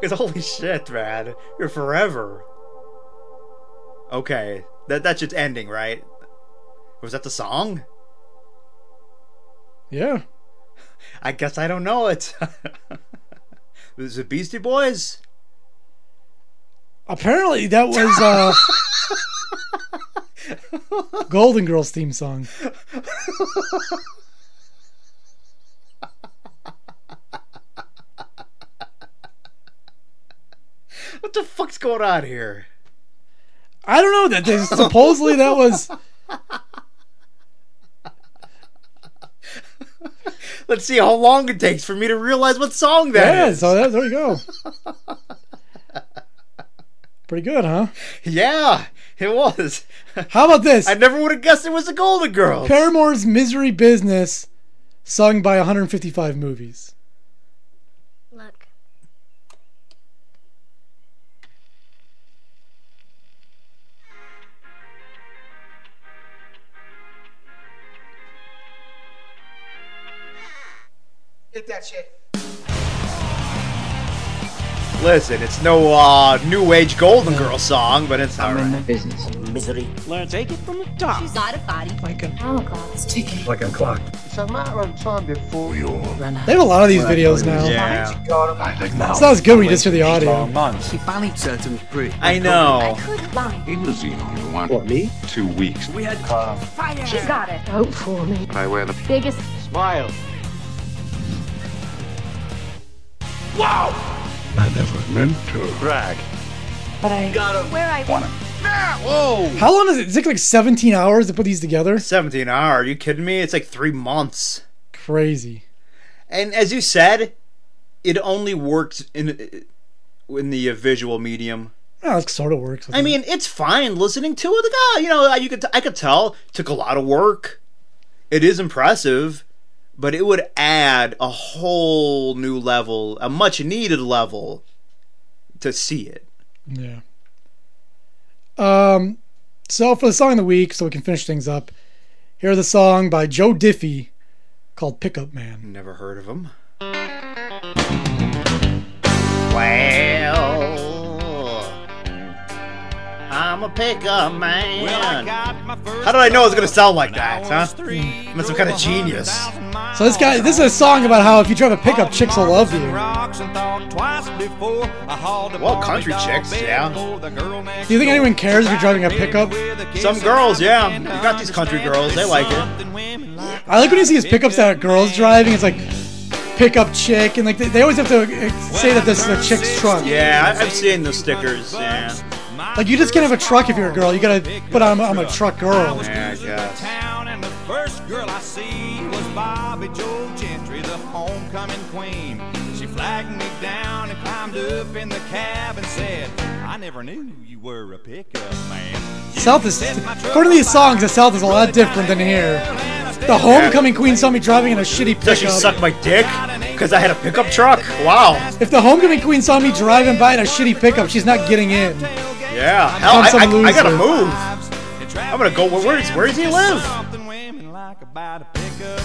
Because holy shit, man, you're forever. Okay, that that's just ending, right? Was that the song?
Yeah.
I guess I don't know it. Was it Beastie Boys?
Apparently, that was uh, Golden Girls theme song.
What the fuck's going on here?
I don't know that they, supposedly that was
Let's see how long it takes for me to realize what song that is.
yeah. So that, there you go. Pretty good, huh?
Yeah, it was.
How about this?
I never would have guessed it was the Golden Girls.
Paramore's Misery Business, sung by 155 movies.
Look. that shit.
Listen, it's no uh, New Age Golden Girl song, but it's all right.
business.
Misery.
Let's take it from the
She's not a body. Like an hourglass. It's ticking.
Like I'm clocked.
It's a matter of time before you run out.
They have a lot of these videos now.
Yeah.
It's not as good when you just hear the audio.
Months. He finally said it was pretty.
I know.
Good line.
He was the only one. What me? Two weeks. We had. Uh,
Fighter. She's got it. Hope for me.
I wear the
Biggest.
smile. Wow. I never meant to brag.
But I got him. Where I
want
him.
Whoa.
How long does it? It took like 17 hours to put these together.
17 hour. Are you kidding me? It's like three months.
Crazy.
And as you said, it only works in in the uh, visual medium.
Well, Ah, it sort of works.
I mean, it's fine listening to it. Like, ah, you know, you could I could tell it took a lot of work. It is impressive, but it would add a whole new level, a much needed level, to see it.
Yeah. Um, so for the song of the week, so we can finish things up, here's a song by Joe Diffie called "Pickup Man."
Never heard of him. Well, I'm a pickup man. How did I know it was gonna sound like that, huh? I'm some kind of genius.
So this guy, this is a song about how if you drive a pickup, chicks will love you.
Well, country chicks, yeah.
Do you think anyone cares if you're driving a pickup?
Some girls, yeah. You got these country girls, they like it.
I like when you see these pickups that are girls driving. It's like pickup chick, and like they, they always have to uh, say that this is a chick's trunk.
Yeah, I- I've seen the stickers, yeah.
Like you just can't have a truck if you're a girl. You gotta put on I'm a truck girl.
Yeah, I guess.
First girl I see was Bobby Joe Gentry, the homecoming queen. She flagged me down and climbed up in the cab and said, I never knew you were a pickup man.
South is according to these songs, the South is a lot different than here. The homecoming queen saw me driving in a shitty pickup.
Does she suck my dick? Because I had a pickup truck? Wow.
If the homecoming queen saw me driving by in a shitty pickup, she's not getting in.
Yeah. Hell,
I'm
I,
some
I, I gotta
loser.
move. I'm gonna go. Where, where, where does he live? About a pickup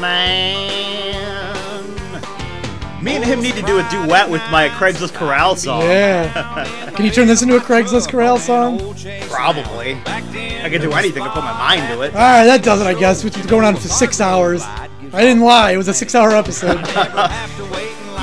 man. Me and him need to do a duet with my Craigslist Corral song.
Yeah. Can you turn this into a Craigslist Corral song? All
Probably. I could do anything to put my mind to it.
right, that does it, I guess. Which is going on for six hours. I didn't lie. It was a six-hour episode.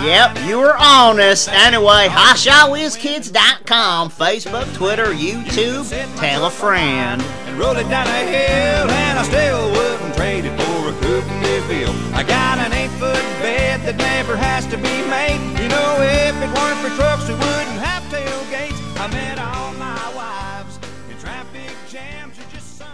Yep, you were honest. Anyway, highshywizkids.com, Facebook, Twitter, YouTube, tell a friend.
And rolled it down a hill, and I still wouldn't trade it for a coupe Newfield. I got an eight foot bed that never has to be made. You know, if it weren't for trucks, we wouldn't have tailgates. I met all my wives in traffic jams or just some